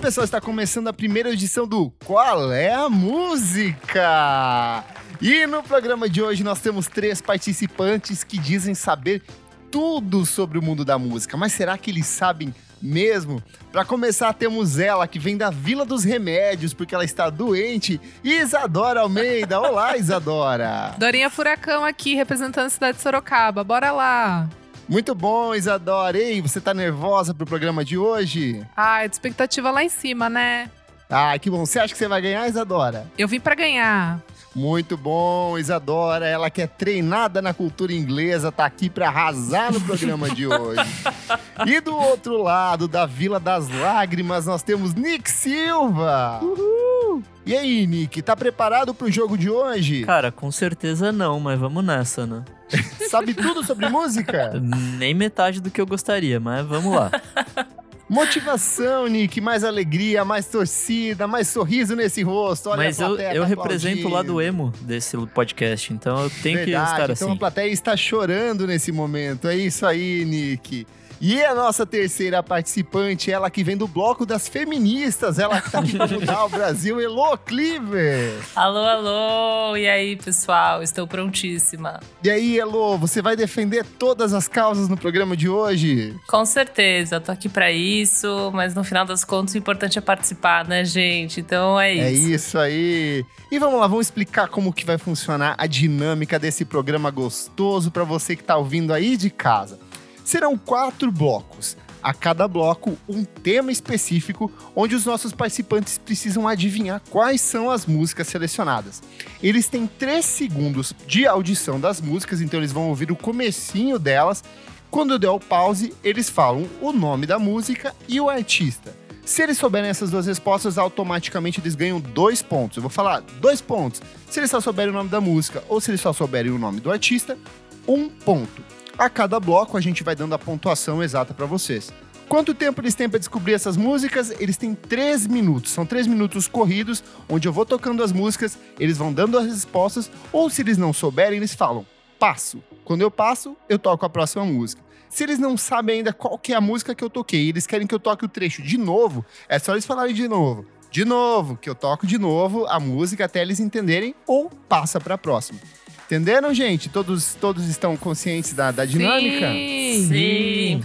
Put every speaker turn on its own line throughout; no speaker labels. pessoal, está começando a primeira edição do Qual é a Música? E no programa de hoje nós temos três participantes que dizem saber tudo sobre o mundo da música, mas será que eles sabem mesmo? Para começar, temos ela que vem da Vila dos Remédios, porque ela está doente, Isadora Almeida. Olá, Isadora!
Dorinha Furacão aqui, representando a cidade de Sorocaba. Bora lá!
Muito bom, Isadora. Ei, você tá nervosa pro programa de hoje?
Ai, Ah, é de expectativa lá em cima, né?
Ah, que bom. Você acha que você vai ganhar, Isadora?
Eu vim pra ganhar.
Muito bom, Isadora. Ela que é treinada na cultura inglesa, tá aqui pra arrasar no programa de hoje. e do outro lado da Vila das Lágrimas, nós temos Nick Silva. Uhul! E aí, Nick, tá preparado pro jogo de hoje?
Cara, com certeza não, mas vamos nessa, né?
Sabe tudo sobre música?
Nem metade do que eu gostaria, mas vamos lá.
Motivação, Nick, mais alegria, mais torcida, mais sorriso nesse rosto. Olha
Mas
a
eu,
plateia
eu
tá
represento o
aplaudindo.
lado emo desse podcast, então eu tenho que
Verdade,
estar
então a
assim.
plateia está chorando nesse momento. É isso aí, Nick. E a nossa terceira participante, ela que vem do bloco das feministas, ela que tá aqui pra mudar o Brasil, Elo Cleaver.
Alô, alô! E aí, pessoal? Estou prontíssima.
E aí, Elo, você vai defender todas as causas no programa de hoje?
Com certeza, tô aqui pra isso, mas no final das contas o importante é participar, né, gente? Então é
É
isso.
isso aí. E vamos lá, vamos explicar como que vai funcionar a dinâmica desse programa gostoso para você que tá ouvindo aí de casa. Serão quatro blocos. A cada bloco, um tema específico, onde os nossos participantes precisam adivinhar quais são as músicas selecionadas. Eles têm três segundos de audição das músicas, então eles vão ouvir o comecinho delas. Quando eu der o pause, eles falam o nome da música e o artista. Se eles souberem essas duas respostas, automaticamente eles ganham dois pontos. Eu vou falar dois pontos. Se eles só souberem o nome da música ou se eles só souberem o nome do artista, um ponto. A cada bloco a gente vai dando a pontuação exata para vocês. Quanto tempo eles têm para descobrir essas músicas? Eles têm três minutos. São três minutos corridos, onde eu vou tocando as músicas, eles vão dando as respostas, ou se eles não souberem, eles falam passo. Quando eu passo, eu toco a próxima música. Se eles não sabem ainda qual que é a música que eu toquei, e eles querem que eu toque o trecho de novo, é só eles falarem de novo. De novo, que eu toco de novo a música até eles entenderem ou passa para a próxima. Entenderam, gente? Todos, todos estão conscientes da, da dinâmica?
Sim.
Sim,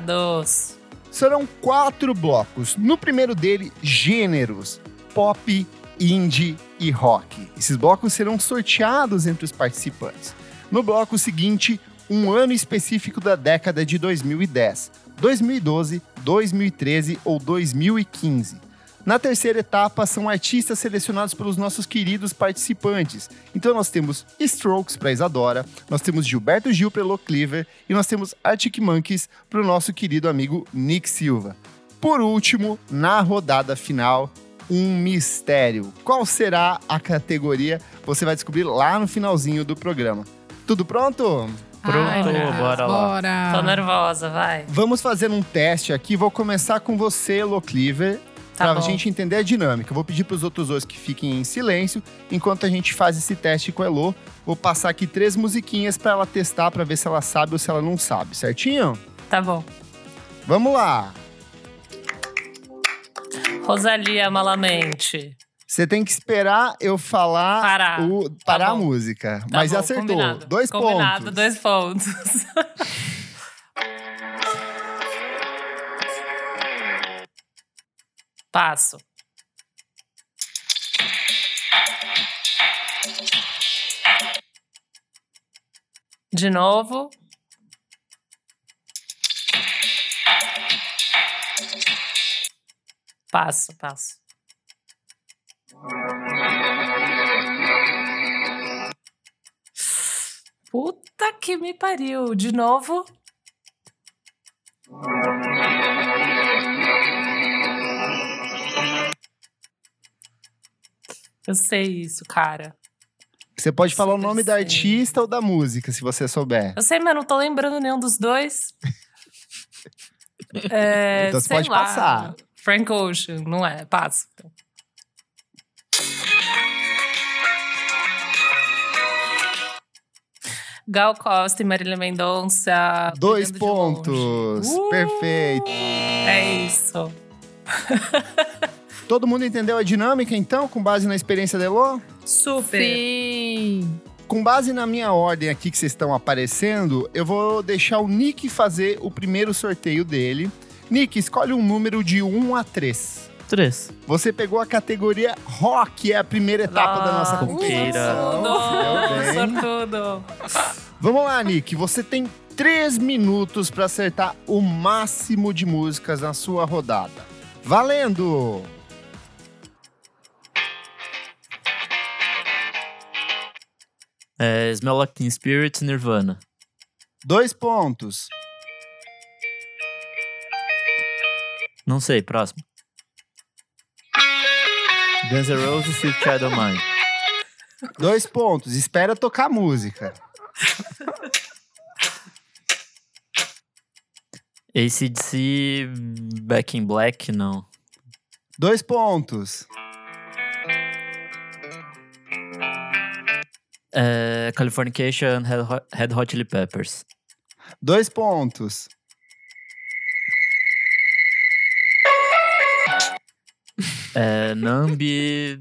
preparados.
Serão quatro blocos. No primeiro dele, gêneros: pop, indie e rock. Esses blocos serão sorteados entre os participantes. No bloco seguinte, um ano específico da década de 2010, 2012, 2013 ou 2015. Na terceira etapa, são artistas selecionados pelos nossos queridos participantes. Então, nós temos Strokes para Isadora, nós temos Gilberto Gil para Elo Cleaver e nós temos Arctic Monkeys para o nosso querido amigo Nick Silva. Por último, na rodada final, um mistério. Qual será a categoria? Você vai descobrir lá no finalzinho do programa. Tudo pronto?
Pronto,
Ai, meu Deus,
bora lá.
Bora.
Tô nervosa, vai.
Vamos fazer um teste aqui. Vou começar com você, Elo Cleaver,
Tá
pra
bom.
gente entender a dinâmica. Eu Vou pedir pros outros dois que fiquem em silêncio enquanto a gente faz esse teste com a Elo. Vou passar aqui três musiquinhas pra ela testar, pra ver se ela sabe ou se ela não sabe, certinho?
Tá bom.
Vamos lá.
Rosalia Malamente.
Você tem que esperar eu falar
Parar. Tá
o parar a
bom.
música,
Tá
mas
bom,
acertou.
combinado.
Dois
Combinado,
pontos.
dois pontos. Passo. De novo. Passo, passo. Puta que me pariu. De novo. Eu sei isso, cara.
Você pode falar o
Super
nome da
sei.
artista ou da música, se você souber.
Eu sei, mas não tô lembrando nenhum dos dois. É,
Então você
sei
pode
lá.
passar.
Frank Ocean, não é? Passa. Gal Costa e Marília Mendonça.
Dois
brigando de longe.
pontos.
Uh!
Perfeito.
É isso.
Todo mundo entendeu a dinâmica, então, com base na experiência da Elo?
Super.
Sim.
Com base na minha ordem aqui que vocês estão aparecendo, eu vou deixar o Nick fazer o primeiro sorteio dele. Nick, escolhe um número de 1 a 3.
Três.
Você pegou a categoria rock, é a primeira etapa da nossa
Nossa,
competição.
Sortudo.
Deu bem.
Sortudo.
Vamos lá, Nick. Você tem três minutos para acertar o máximo de músicas na sua rodada. Valendo!
É, Smell Like Teen Spirit, Nirvana.
Dois pontos.
Não sei, próximo. Guns N' Roses, Sweet Child of Mine.
Dois pontos. Espera tocar a música.
ACDC, Back in Black, não.
Dois pontos.
É, Californication, Red Hot, Red Hot Chili Peppers.
Dois pontos.
É, Nambi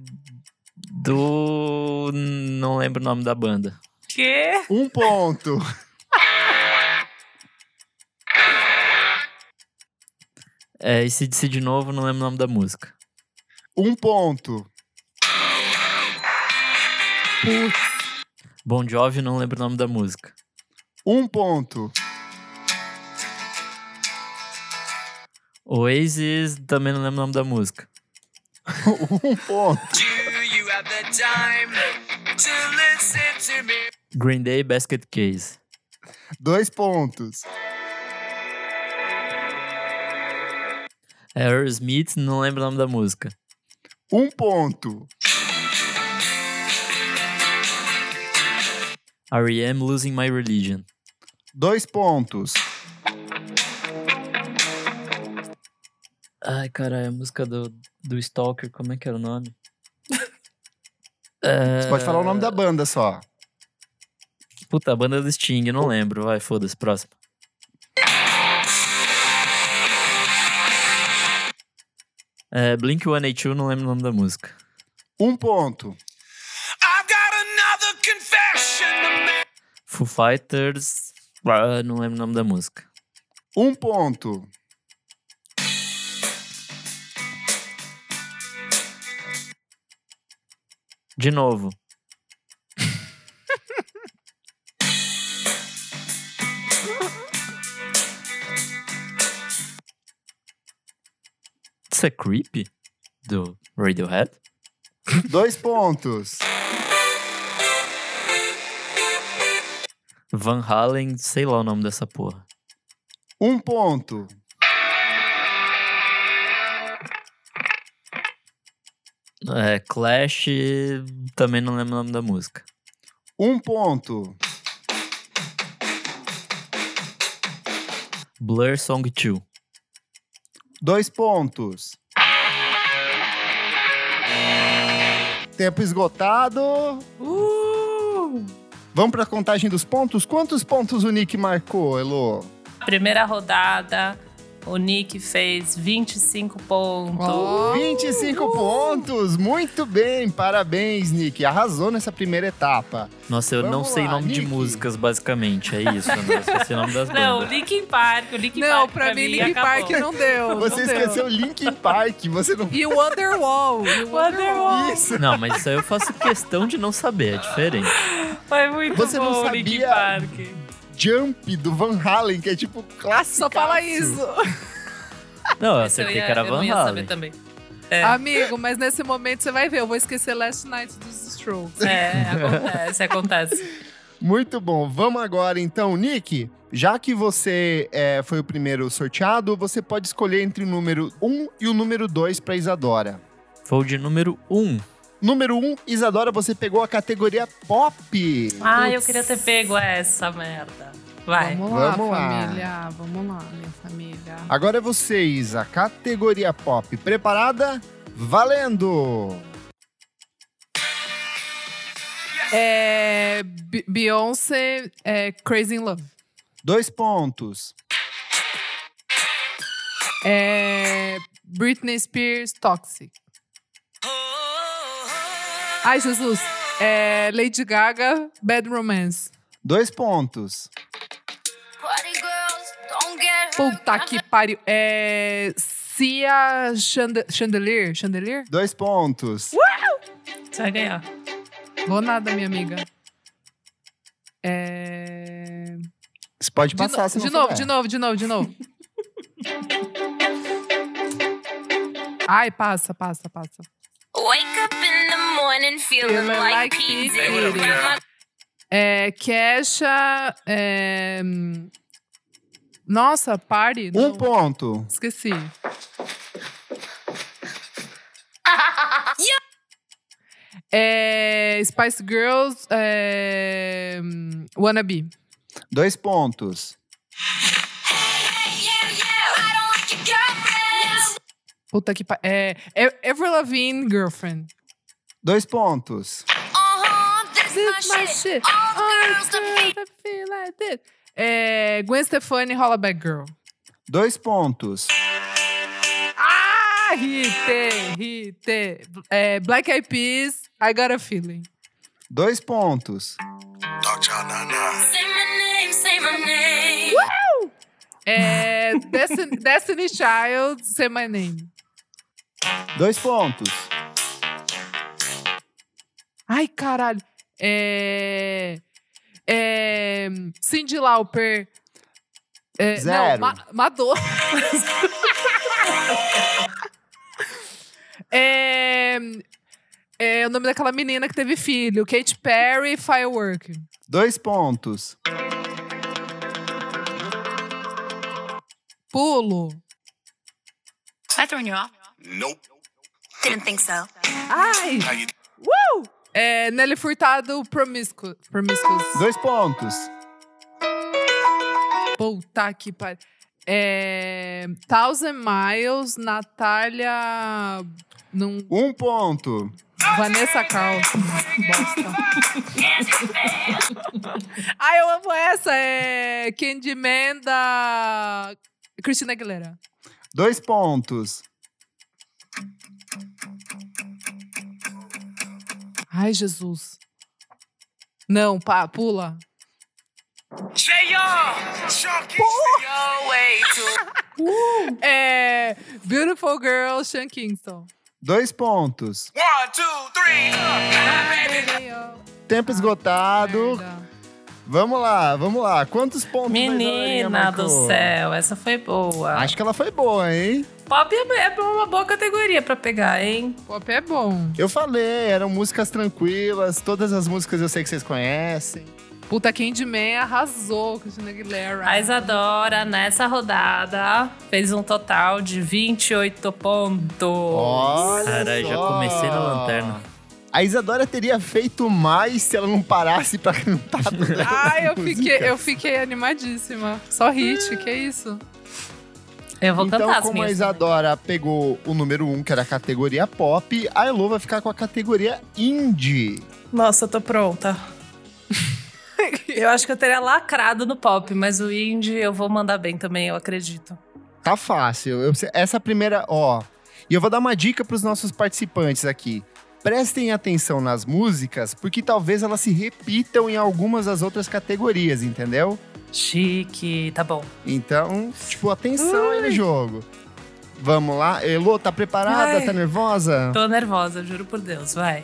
do... não lembro o nome da banda.
Quê?
Um ponto.
É, ACDC de novo, não lembro o nome da música.
Um ponto.
Bon Jovi, não lembro o nome da música.
Um ponto.
Oasis, também não lembro o nome da música.
Um ponto.
Green Day, Basket Case.
Dois pontos.
É, Aerosmith, não lembro o nome da música.
Um ponto.
R.E.M., Losing My Religion.
Dois pontos.
Ai, caralho, a música do, do Stalker, como é que era o nome? É,
Você pode falar o nome da banda só.
Puta, a banda do Sting, não lembro. Vai, foda-se, próximo. É, Blink 182, não lembro o nome da música.
Um ponto.
I've got another confession to make.
Foo Fighters, ah, não lembro o nome da música.
Um ponto.
De novo. Isso é creepy? Do Radiohead?
Dois pontos.
Van Halen, sei lá o nome dessa porra.
Um ponto.
É, Clash, também não lembro o nome da música.
Um ponto.
Blur Song 2.
Dois pontos. Tempo esgotado.
Uh!
Vamos para a contagem dos pontos. Quantos pontos o Nick marcou, Elo?
Primeira rodada, o Nick fez 25 pontos.
Ó.
25 pontos. Muito bem. Parabéns, Nick. Arrasou nessa primeira etapa.
Nossa, eu não
Vamos
sei
lá,
nome de
Nick.
músicas, basicamente. É isso, né? Eu só sei nome das
Não, o
bandas.
Linkin Park, o Linkin
Não,
Park
pra mim, Link
Linkin
Park não deu.
Você
não deu.
esqueceu Linkin Park. Você não
Oh, E o Wonderwall. E o Wonderwall.
Wonderwall.
isso.
Não, mas isso aí eu faço questão de não saber, é diferente.
é-
Foi muito
Você
bom
não
o Linkin
sabia?
Park.
Jump do Van Halen, que é tipo clássico.
Ah, Só fala isso.
Não, eu
Esse
acertei
ia-
que era
eu não
Van
ia saber
Halen.
também.
Amigo, mas nesse momento você vai ver. Eu vou esquecer Last Night dos Strokes.
É, acontece, acontece.
Muito bom. Vamos agora então, Nick. Já que você é, foi o primeiro sorteado, você pode escolher entre o número 1 e o número 2 para Isadora.
Foi o de número 1.
Número 1, Isadora, você pegou a categoria pop.
Ah, eu
Putz.
queria ter pego essa merda. Vai.
Vamos lá,
Vamos lá.
família. Vamos lá, minha família.
Agora é você, Isa. Categoria pop. Preparada? Valendo!
É, Be- Beyoncé, é, Crazy in Love.
Dois pontos.
É, Britney Spears, Toxic.
Oh,
Ai, Jesus. É, Lady Gaga, Bad Romance.
Dois pontos.
Puta que pariu. É, Cia Chande- Chandelier? Chandelier?
Dois pontos.
Você vai ganhar.
Vou nada, minha amiga. É...
Você pode
De,
passar
no-
se não
de novo,
souber.
de novo, de novo, de novo. Ai, passa, passa, passa.
Wake up in the morning feeling like P. Diddy.
É, Kesha. é, hum, Nossa, party.
Um
não,
ponto.
Esqueci. É, Spice Girls, é, hum, Wannabe.
Dois pontos.
Puta que pa... é, é Ever Lavigne, Girlfriend.
Dois pontos.
Uh-huh,
This my shit. All girls that feel like this. É, Gwen Stefani, Hollaback Girl.
Dois pontos.
Ah, hit, hit. É, Black Eyed Peas, I Got a Feeling.
Dois pontos.
Oh, Say my name, say my name.
É, Destiny, Destiny Child, Say My Name.
Dois pontos.
Ai, caralho. É, é, Cindy Lauper. É,
Zero.
Não, Ma- Madonna. é, é o nome daquela menina que teve filho. Kate Perry, Firework.
Dois pontos.
Pulo.
Am I throwing you off?
nope.
Didn't think so.
Ai!
How you
Uh! É, Nelly Furtado, Promiscu Promiscuous.
Dois pontos.
Puta que pariu. É, Thousand Miles, Natália... Não,
Um ponto.
Vanessa Cal. Bosta. Ai, eu amo essa. É Candyman da Cristina Aguilera.
Dois pontos.
Ai, Jesus. Não, pá, pula.
Say y'all. Chunky. Your way to.
É Beautiful Girl, Sean Kingston.
Dois pontos.
One, two, three. My baby.
Tempo esgotado.
Merda.
Vamos lá, vamos lá. Quantos pontos mais a Laurinha
Menina do
marcou?
céu, essa foi boa.
Acho que ela foi boa, hein?
Pop é é uma boa categoria pra pegar, hein?
Pop é bom.
Eu falei, eram músicas tranquilas, todas as músicas eu sei que vocês conhecem.
Puta, Candyman arrasou, Cristina Aguilera.
A Isadora, nessa rodada, fez um total de 28 pontos.
Olha
Cara, já
só.
comecei na lanterna.
A Isadora teria feito mais se ela não parasse pra cantar. todas
Ai, eu
as
fiquei,
músicas.
eu fiquei animadíssima. Só hit, que isso?
Eu vou
Então,
cantar as
como a
minhas.
Isadora pegou o número 1, um, que era a categoria pop, a Elo vai ficar com a categoria indie.
Nossa, eu tô pronta. eu acho que eu teria lacrado no pop, mas o indie eu vou mandar bem também, eu acredito.
Tá fácil. Eu- essa primeira, ó. E eu vou dar uma dica pros nossos participantes aqui. Prestem atenção nas músicas, porque talvez elas se repitam em algumas das outras categorias, entendeu?
Chique, tá bom.
Então, tipo, atenção aí no jogo. Vamos lá. Elô, tá preparada?
Ai.
Tá nervosa?
Tô nervosa, juro por Deus, vai.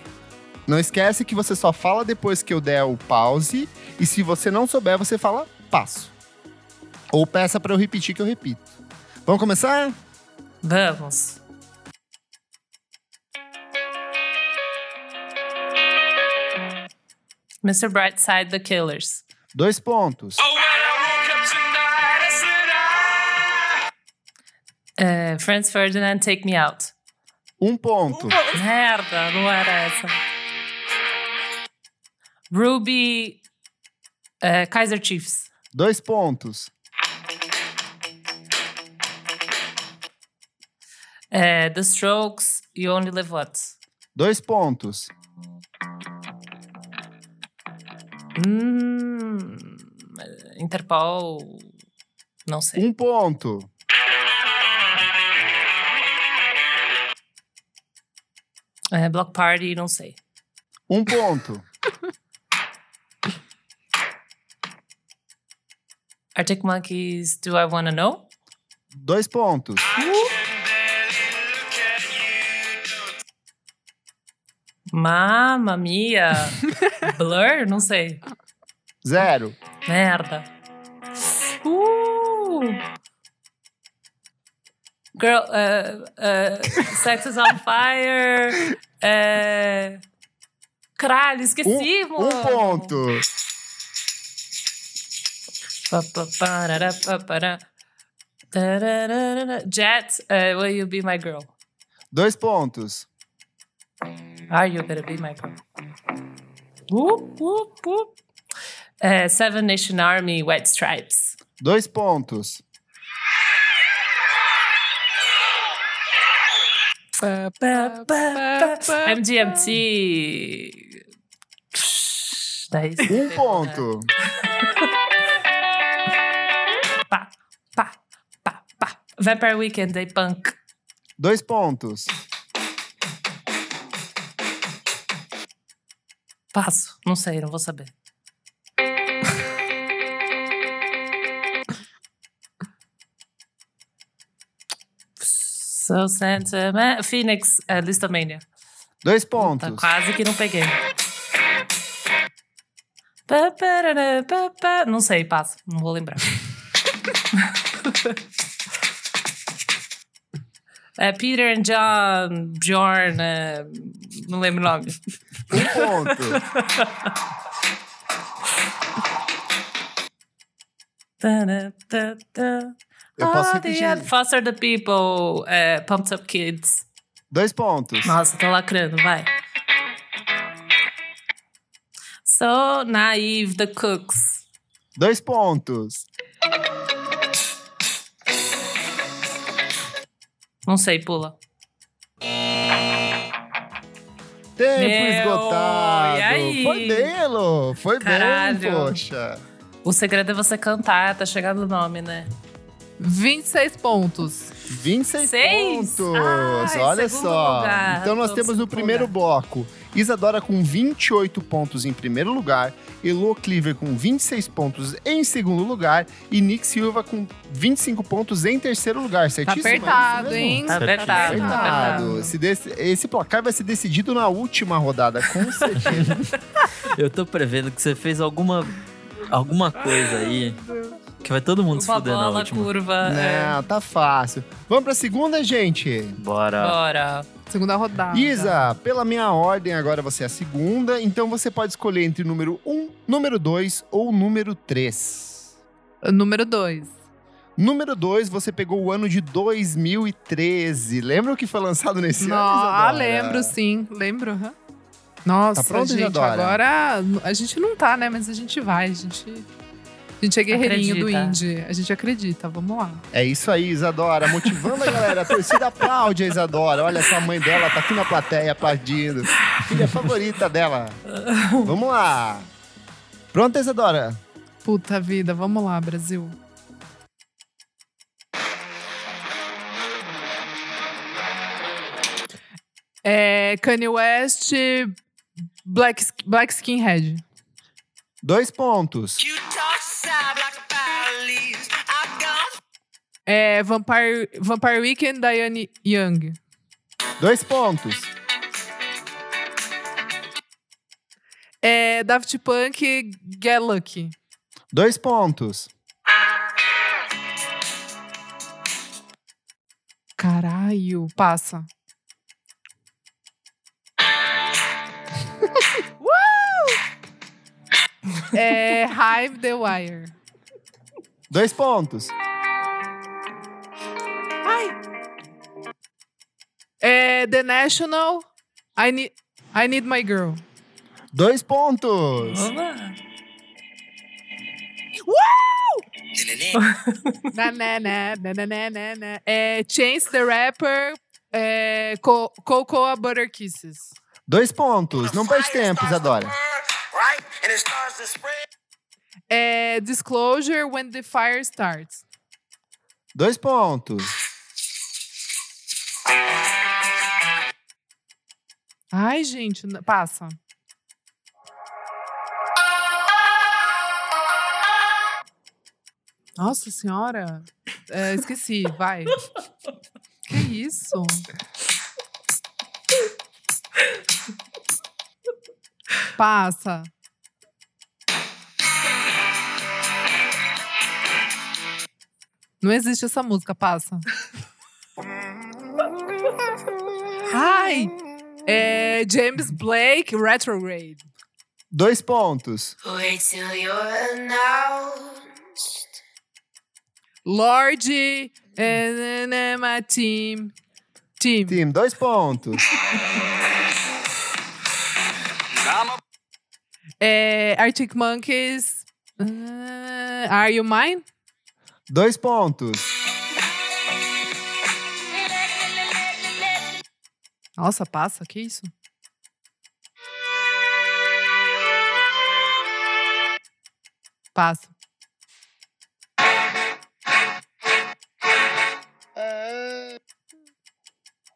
Não esquece que você só fala depois que eu der o pause. E se você não souber, você fala passo. Ou peça pra eu repetir que eu repito. Vamos começar?
Vamos. Mr. Brightside, The Killers.
Dois pontos.
Oh, when I woke up tonight, I said I.
É, Eh, Franz Ferdinand, Take Me Out.
Um ponto.
Merda, não era essa. Ruby, é, Kaiser Chiefs.
Dois pontos.
É, Eh, The Strokes, You Only Live Once.
Dois pontos.
Hum, é, Interpol, não sei.
Um ponto.
É, Eh, Block Party, não sei.
Um ponto.
Arctic Monkeys, Do I Wanna Know?
Dois pontos.
Mamma Mia. Blur? Não sei.
Zero.
Merda. Uh! Girl, uh, uh, Sex is on Fire. É... Caralho,
Um,
esqueci, mano.
um ponto.
Pa, pa, parará, pa, pará. Tarararara. Jet, eh, will you be my girl?
Dois pontos.
Are you gonna be my girl? Whoop, whoop, whoop. Eh, Seven Nation Army, White Stripes.
Dois pontos.
Pá,
Ba, ba, ba.
pá,
MGMT. Daí
Um ponto.
Pá, pá, pá, pá. Vampire Weekend, Day Punk.
Dois pontos.
Passo, não sei, não vou saber. So sentiment. Phoenix, é, Listomania.
Dois
Tá
pontos.
quase que não peguei. Pá, parará, pá, pá. Não sei, passo, não vou lembrar. É, Peter and John, Bjorn, é, não lembro o nome.
Um ponto. Eu posso
All the
repetir.
other- Foster the People, é, Pumped Up Kids.
Dois pontos.
Nossa, tô lacrando, vai. So Naive, The Cooks.
Dois pontos.
Não sei, pula.
Tempo
Meu,
esgotado.
e aí?
Foi belo. Foi bem,
Caralho.
poxa.
O segredo é você cantar, tá chegando o nome, né?
26 pontos.
26
Seis?
pontos.
Ai,
Olha
segundo
só.
lugar.
Então nós
Tô
temos no
segundo
primeiro
lugar.
bloco Isadora com 28 pontos em primeiro lugar, Elo Cleaver com 26 pontos em segundo lugar e Nick Silva com 25 pontos em terceiro lugar.
Tá
Certíssimo? É isso
apertado,
mesmo?
hein?
Tá
Tá
apertado, tá
Apertado.
apertado.
Esse, desse- esse placar vai ser decidido na última rodada, com certeza.
Eu tô prevendo que você fez alguma, alguma coisa aí que vai todo mundo se
Uma
fuder na
bola
última.
curva. é.
Não, tá fácil. Vamos pra segunda, gente?
Bora.
Bora.
Segunda rodada.
Isa, pela minha ordem, agora você é a segunda, então você pode escolher entre o número 1, número 2 ou o número 3.
Número 2.
Número 2, você pegou o ano de 2013. Lembra o que foi lançado nesse ano?
Ah,
Isadora?
lembro sim. Lembro. aham. Nossa,
Tá pronto,
gente,
Isadora?
agora a gente não tá, né? Mas a gente vai, a gente. A gente é guerreirinho
Acredita.
do indie. A gente acredita, vamos lá.
É isso aí, Isadora. Motivando a galera. A torcida aplaude a Isadora. Olha só, a mãe dela tá aqui na plateia aplaudindo. Filha favorita dela. Vamos lá. Pronta, Isadora?
Puta vida, vamos lá, Brasil. É, Kanye West, Black, Black Skinhead.
Dois pontos.
You talk sad like a pile of leaves. I've gone
É, Vampire, Vampire Weekend, Diane Young.
Dois pontos.
É, Daft Punk, Get Lucky.
Dois pontos.
Caralho, passa. Woo! É, Hive The Wire.
Dois pontos.
É, The National, I Need, I need My Girl.
Dois pontos.
Vamos.
na, na, na, na, na, na, na, na. É, Chance the Rapper, é, Co Cocoa Butter Kisses.
Dois pontos. Não perde
fire,
tempo,
starts to
Isadora.
burn, Right? And it starts to spread.
É, Disclosure, When the Fire Starts.
Dois pontos.
Ai, gente, n- passa. Nossa senhora. É, esqueci, vai. Que isso? Passa. Não existe essa música, passa. Ai! É James Blake, Retrograde.
Dois pontos.
Wait till you're announced.
Lorde é, and then my team. Team.
Tim, dois pontos.
É, Arctic Monkeys. Ah, are you mine?
Dois pontos.
Nossa, passa, que isso? Passa.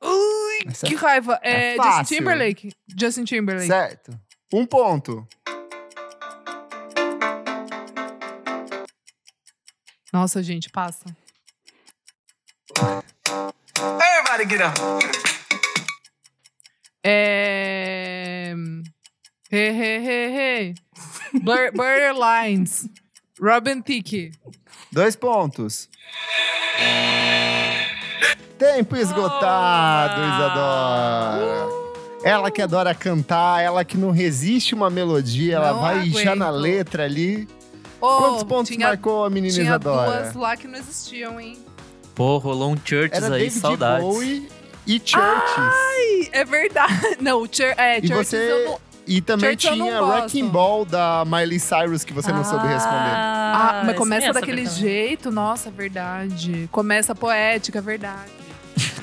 Ui,
Essa
que raiva. É,
é
Justin
fácil.
Timberlake. Justin Timberlake.
Certo. Um ponto.
Nossa, gente, passa.
Everybody get up.
É... Hey, hey, hey, hey. Blur, Blurred Lines. Robin Thicke.
Dois pontos. Tempo esgotado, Isadora. Ela que adora cantar, ela que não resiste uma melodia, ela
Não
vai já
aguento.
na letra ali.
Oh,
Quantos pontos
tinha,
marcou a menina
Tinha
Isadora?
duas lá que não existiam, hein?
Pô, rolou um Churches
Era
aí,
David
saudades.
Bowie e Churches.
Ih, É verdade. Não, o Chur é,
e
Churches eu
você
não...
e também
Churches eu não
tinha
gosto.
Wrecking Ball da Miley Cyrus que você não soube responder.
Ah, mas
esse
começa
mesmo,
daquele
Bernardo.
jeito. Nossa, é verdade. Começa poética, é verdade.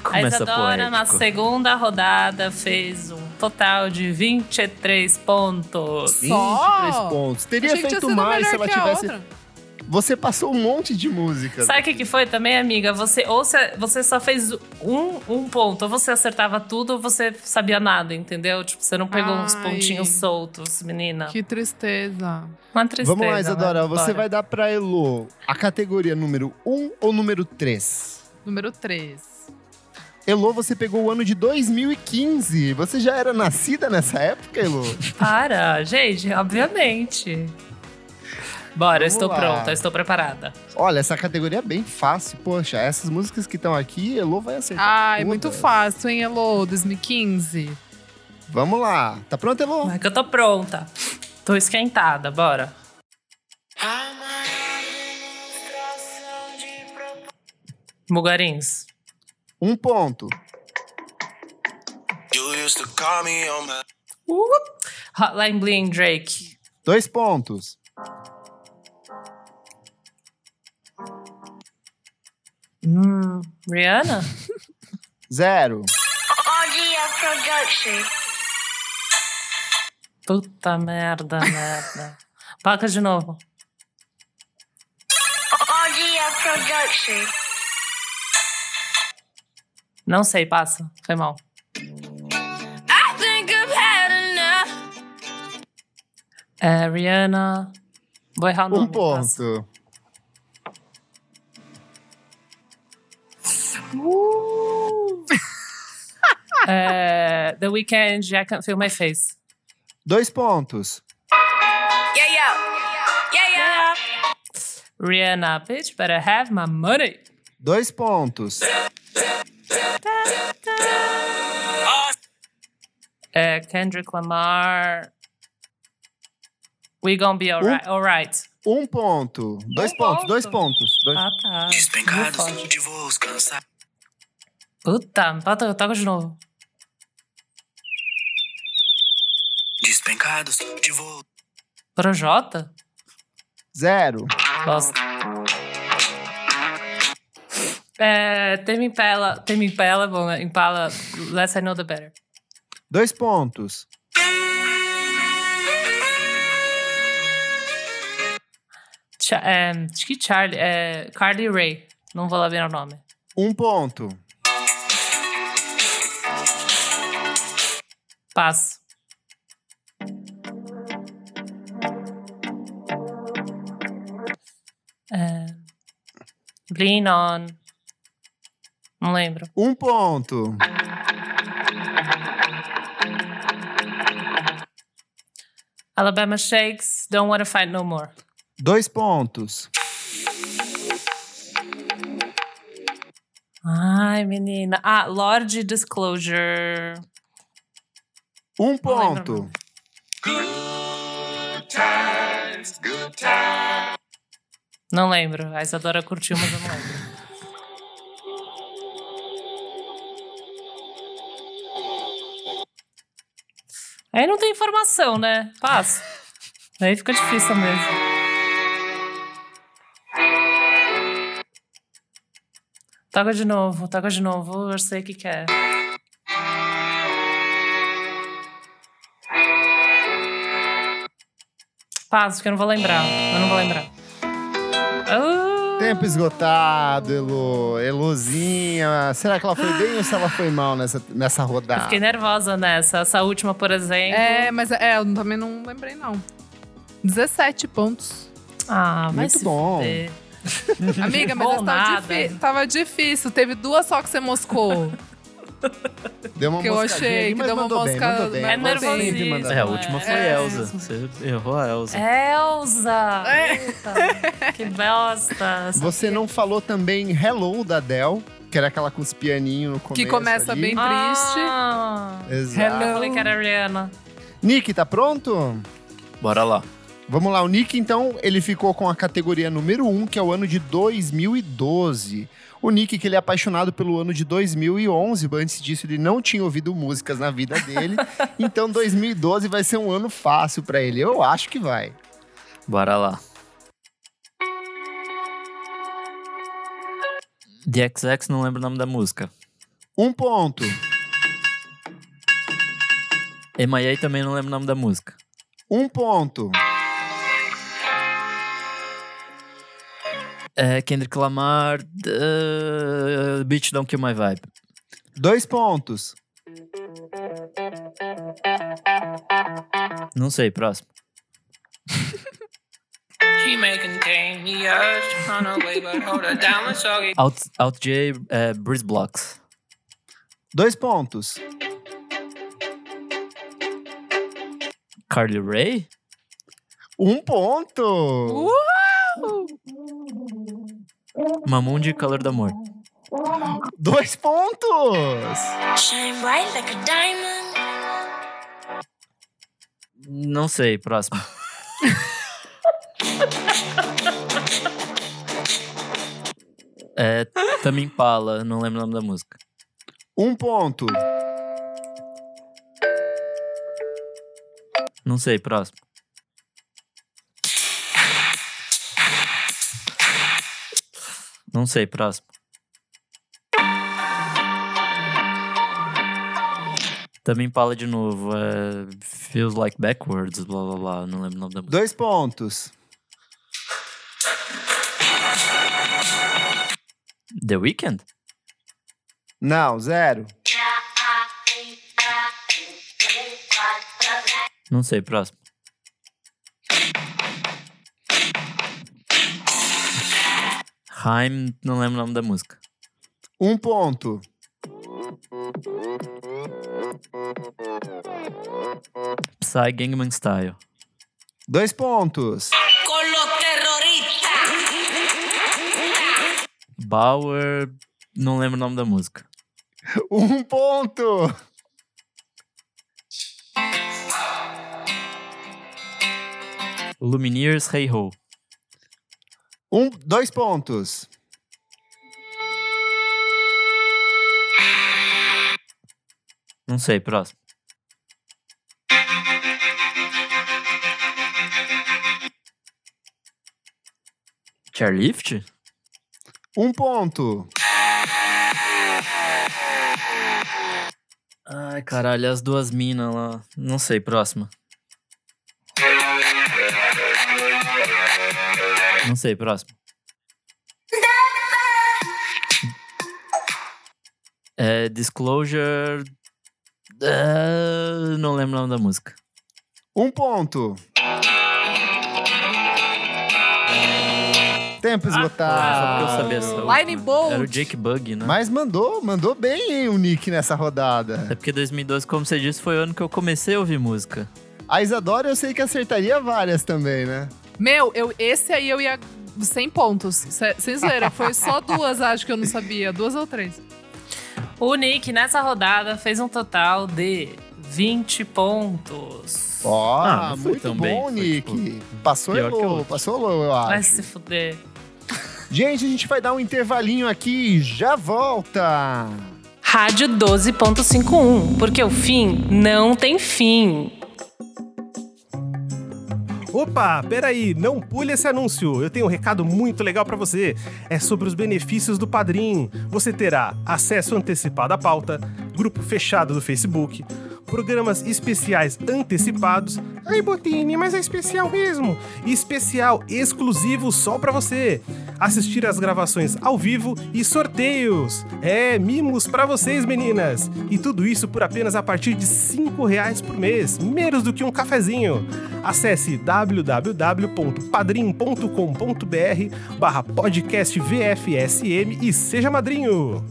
A
Começa
Isadora, na
poético.
segunda rodada, fez um total de 23 pontos.
Só?
23 pontos. Teria
Achei que tinha
feito
sido
mais
melhor
se ela
que a
tivesse.
outra.
Você passou um monte de música.
Sabe o que, que foi também, amiga? Você ou se- você só fez um, um ponto, ou você acertava tudo, ou você sabia nada, entendeu? Tipo, você não pegou uns
Ai.
pontinhos soltos, menina.
Que tristeza.
Uma tristeza.
Vamos lá, Isadora.
vai,
Você
bora.
vai dar pra Elo a categoria número 1 ou número 3?
Número 3.
Elo, você pegou o ano de 2015. Você já era nascida nessa época, Elo?
Para, gente, obviamente. Bora, eu
Vamos
estou
lá.
pronta, eu estou preparada.
Olha, essa categoria é bem fácil. Poxa, essas músicas que estão aqui, Elo vai acertar.
Ah.
Ai,
todas.
muito fácil, hein, Elô? 2015.
Vamos lá. Tá pronto, Elo?
Vai é que eu tô pronta. Tô esquentada, bora. Mugarins.
Um ponto.
You used to call me on my.
Uh! Hotline Bling Drake.
Dois pontos.
Hum, Rihanna?
Zero.
RGF Production.
Puta merda, merda. Paca de novo.
RGF Production.
Não sei, passa. Foi mal.
I think I've had enough.
É, Rihanna. Vou errar o nome.
Um
passa.
ponto.
É, The Weeknd, I Can't Feel My Face.
Dois pontos.
Yeah, yeah. Yeah, yeah.
Rihanna, bitch, better have my money.
Dois pontos.
É, Uh, Kendrick Lamar. We gonna be alright. alright.
Um ponto. Dois pontos. Dois
ponto.
pontos. Dois...
Ah, tá. Não
Despencados
pode.
de voos cansados.
Puta, toca, toca de novo.
Despencados de voos.
Projota?
Zero.
Bosta. É, Tame Impala, Tame Impala, bom, né? Impala, Less I Know The Better.
Dois pontos.
Cha é, acho que Charlie, é, Carly Ray, não vou lá ver o nome.
Um ponto.
Passo. É... Lean on. Não lembro.
Um ponto.
Alabama Shakes, Don't Wanna Fight No More.
Dois pontos.
Ai, menina. Ah, Lorde Disclosure.
Um
lembro,
ponto.
não. Não lembro. A Isadora curtiu, mas eu não lembro. Aí não tem informação, né? Passa. Aí fica difícil mesmo. Toca de novo, toca de novo. Eu sei o que que é. Passo, porque eu não vou lembrar. Eu não vou lembrar. Ah!
Tempo esgotado, Elo. Elozinha. Será que ela foi bem ou se ela foi mal nessa, nessa rodada?
Fiquei nervosa nessa. Essa última, por exemplo.
É, mas é, eu também não lembrei, não. 17 pontos.
Ah, vai
Muito
se
bom.
fuder.
Amiga, mas
Bom
essa tava,
nada.
difí- tava difícil. Teve duas só que você moscou.
Deu uma
que eu
moscadinha
achei
ali,
que
mas
deu uma
mandou bem,
mosca-
mandou bem.
É
Mandou bem,
nervosismo,
sempre mandou
Não
É, a
bem.
última
é.
foi a Elsa. Você errou a Elsa.
Elsa!
É.
Puta, que bosta.
Você não falou também Hello da Adele, que era aquela com os pianinhos no começo.
começa
ali.
bem-
Ah,
Exato.
Eu falei que era a Rihanna.
Nick, tá pronto?
Bora lá.
Vamos lá, o Nick, então, ele ficou com a categoria número 1, que é o ano de 2012. O Nick, que ele é apaixonado pelo ano de 2011, mas antes disso ele não tinha ouvido músicas na vida dele. então 2012 vai ser um ano fácil pra ele. Eu acho que vai.
Bora lá. The XX, não lembro o nome da música.
Um ponto.
MIA também não lembro o nome da música.
Um ponto.
É Kendrick Lamar, uh, Beach Don't Kill My Vibe.
Dois pontos.
Não sei, próximo.
She may contain the urge to run away, but hold her down when soggy.
Out, Out J, é, Breeze Blocks.
Dois pontos.
Carly Ray?
Um ponto.
Mamundi e Calor do Amor.
Dois pontos.
Shine bright like a diamond.
Não sei, próximo. é, Tame Impala, não lembro o nome da música.
Um ponto.
Não sei, próximo. Não sei, próximo. Também fala de novo. é, feels like backwards, blá blá blá. Não lembro o nome da música.
Dois pontos.
The Weeknd?
Não, zero.
Não sei, próximo. Haim, não lembro o nome da música.
Um ponto.
Psy Gangnam Style.
Dois pontos.
Bauer, não lembro o nome da música.
Um ponto.
Lumineers Hey Ho.
Um, dois pontos.
Não sei, próximo. Chairlift?
Um ponto.
Ai, caralho, as duas minas lá. Não sei, próxima. Não sei, próximo. É, disclosure. Ah, não lembro o nome da música.
Um ponto. Tempo
Ah, Só porque eu
esgotado.
sabia essa
Lightning
última.
Bolt.
Era o Jake Bug, né?
Mas mandou, mandou bem hein, o Nick nessa rodada.
É porque 2012, como você disse, foi o ano que eu comecei a ouvir música.
A Isadora eu sei que acertaria várias também, né?
Meu, eu, esse aí eu ia 100 pontos. Se- Sem zoeira, foi só duas, acho que eu não sabia. Duas ou três.
O Nick, nessa rodada, fez um total de 20 pontos.
Ó,
Ah, não foi
muito
tão
bom,
bem, foi,
Nick.
tipo,
passou
pior que
low,
outros.
passou low, eu acho.
Vai se fuder.
Gente, a gente vai dar um intervalinho aqui e já volta.
Rádio 12.51, porque o fim não tem fim.
Opa, peraí, não pule esse anúncio. Eu tenho um recado muito legal pra você. É sobre os benefícios do Padrim. Você terá acesso antecipado à pauta, grupo fechado do Facebook, programas especiais antecipados. Ai, Botini, mas é especial mesmo. E especial exclusivo só pra você. Assistir às gravações ao vivo e sorteios. É, mimos pra vocês, meninas. E tudo isso por apenas a partir de R$ 5 reais por mês, menos do que um cafezinho. Acesse www.padrim.com.br barra podcast VFSM e seja madrinho!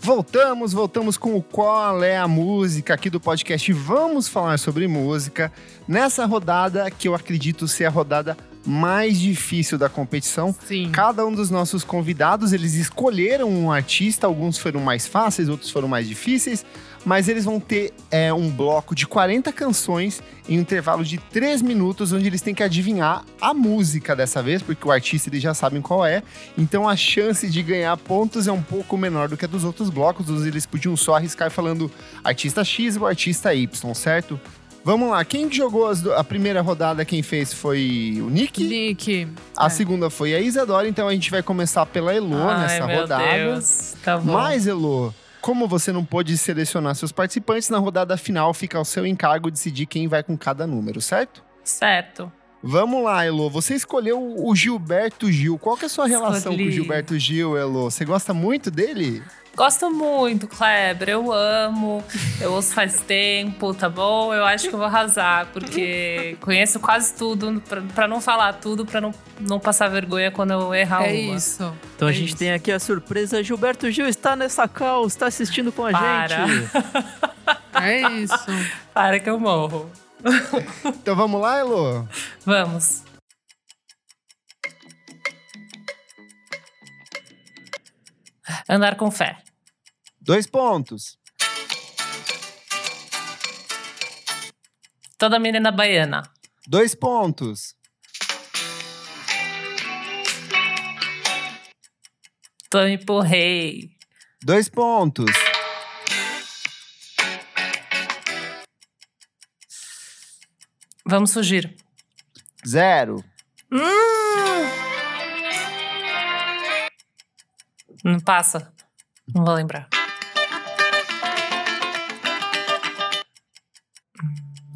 Voltamos, voltamos com o Qual é a Música aqui do podcast. Vamos falar sobre música nessa rodada que eu acredito ser a rodada mais difícil da competição.
Sim.
Cada um dos nossos convidados, eles escolheram um artista, alguns foram mais fáceis, outros foram mais difíceis, mas eles vão ter é, um bloco de 40 canções em um intervalo de 3 minutos, onde eles têm que adivinhar a música dessa vez, porque o artista eles já sabem qual é, então a chance de ganhar pontos é um pouco menor do que a dos outros blocos, onde eles podiam só arriscar falando artista X ou artista Y, certo? Vamos lá, quem jogou as do- a primeira rodada, quem fez foi o Nick?
Nick.
A
É.
segunda foi a Isadora, então a gente vai começar pela Elo nessa
meu
rodada.
Deus. Tá bom.
Mas, Elo, como você não pôde selecionar seus participantes, na rodada final fica ao seu encargo decidir quem vai com cada número, certo?
Certo.
Vamos lá, Elo. Você escolheu o Gilberto Gil. Qual que é a sua relação
Escolhi.
com o Gilberto Gil, Elo? Você gosta muito dele?
Gosto muito, Kleber. Eu amo. Eu ouço faz tempo, tá bom? Eu acho que eu vou arrasar, porque conheço quase tudo, pra, pra não falar tudo, pra não, não passar vergonha quando eu errar
É
uma.
isso.
Então a
É
gente
isso.
tem aqui a surpresa. Gilberto Gil está nessa call, está assistindo com a
Para.
gente.
É isso.
Para que eu morro.
Então vamos lá, Elo?
Vamos. Andar com fé.
Dois pontos.
Toda menina baiana.
Dois pontos.
Tô empurrei.
Dois pontos.
Vamos fugir.
Zero.
Hum. Não passa. Não vou lembrar.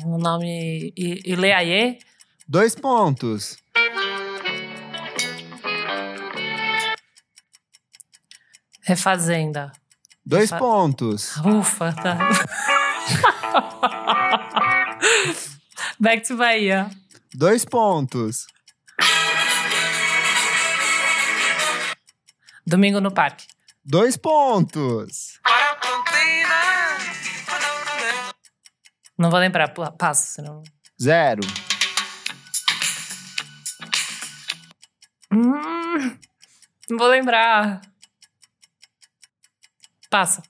Hum, O nome. I- Ileaie?
Dois pontos.
Refazenda.
Dois
Fa-
pontos.
É Ufa, tá. Back to Bahia.
Dois pontos.
Domingo no parque.
Dois pontos.
Não vou lembrar. pu- Passo, senão.
Zero.
Hum, não vou lembrar. Passa.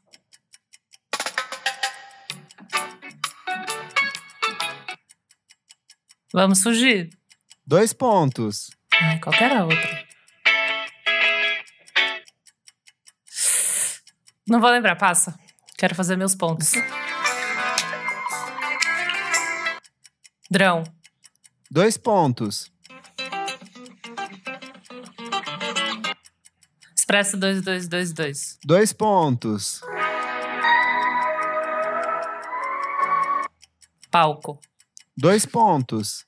Vamos fugir.
Dois pontos.
Ai, qualquer outra. Não vou lembrar, passa. Quero fazer meus pontos. Drão.
Dois pontos.
Expresso 2222.
Dois pontos.
Palco.
Dois pontos.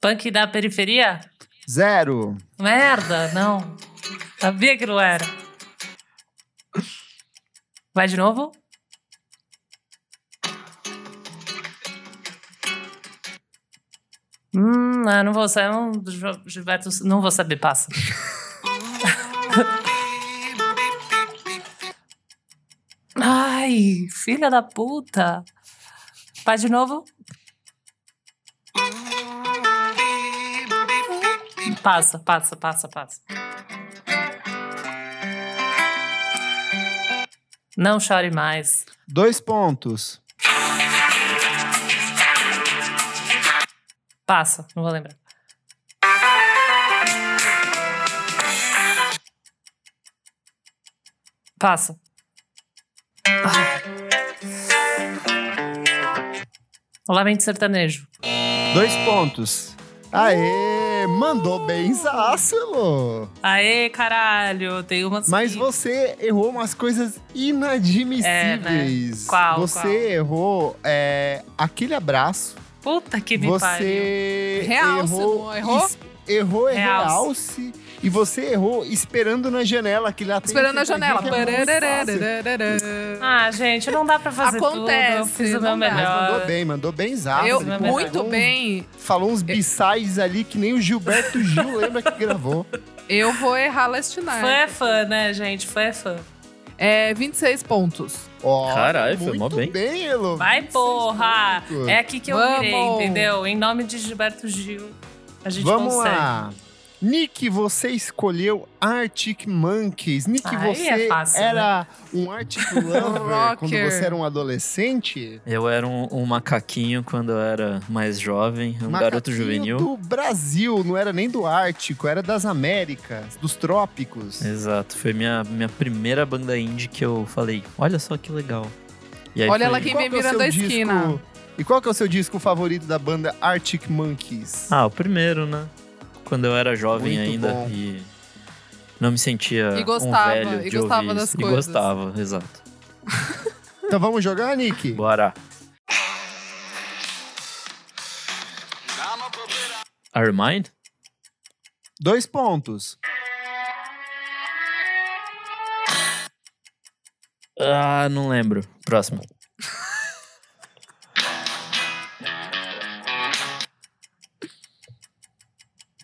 Punk da periferia?
Zero.
Merda, não. Sabia que não era. Vai de novo? Hum, ah, não vou saber. Não, Gilberto, não vou saber, passa. Ai, filha da puta. Vai de novo? Passa, passa, passa, passa. Não chore mais.
Dois pontos.
Passa, não vou lembrar. Passa. Ah. Lamento sertanejo.
Dois pontos. Aê! Mandou bem, Zácelo!
Aê, caralho, tem umas.
Mas
que-
você errou umas coisas inadmissíveis.
É, né? Qual,
Você
qual?
errou é, aquele abraço.
Puta que me pariu.
você
Realce,
errou.
não errou?
es- Errou é
Realce.
realce. E você errou esperando na janela que lá tem
Esperando a
sempre
janela.
gente, é muito fácil.
Pararararararara.
Ah, gente, não dá pra fazer
Acontece,
tudo. Eu fiz o meu
não dá.
Mas
melhor.
mandou bem, mandou bem Zácelo.
Eu,
Nossa,
muito bem.
Falou uns b-sides ali que nem o Gilberto Gil lembra que gravou.
Eu vou errar last night.
Fã é fã, né, gente? Fã é fã.
É 26 pontos.
Ó,
Caralho, foi
muito
mó bem.
bem, Elo.
Vai,
26
porra!
pontos.
É aqui que eu
Vamos!
virei, entendeu? Em nome de Gilberto Gil, a gente
Vamos
consegue.
lá. Nick, você escolheu Arctic Monkeys. Nick,
Aí
você
é fácil, né?
era um Arctic Lover quando
Rocker.
você era um adolescente?
Eu era um, um macaquinho quando eu era mais jovem, um garoto
Macaquinho
juvenil.
do Brasil, não era nem do Ártico, era das Américas, dos trópicos.
Exato, foi minha, minha primeira banda indie que eu falei, olha só que legal. E aí
Olha
foi-
ela quem
Qual
vem
que é o
virando
seu
a esquina.
disco- E qual que é o seu disco favorito da banda Arctic Monkeys?
Ah, o primeiro, né? Quando eu era jovem
Muito
ainda
bom.
e não me sentia
E gostava,
um velho
e
de
gostava
ouvir
das
isso. E
coisas.
gostava, exato.
Então vamos jogar, Nick?
Bora. Are Mind?
Dois pontos.
Ah, não lembro. Próximo.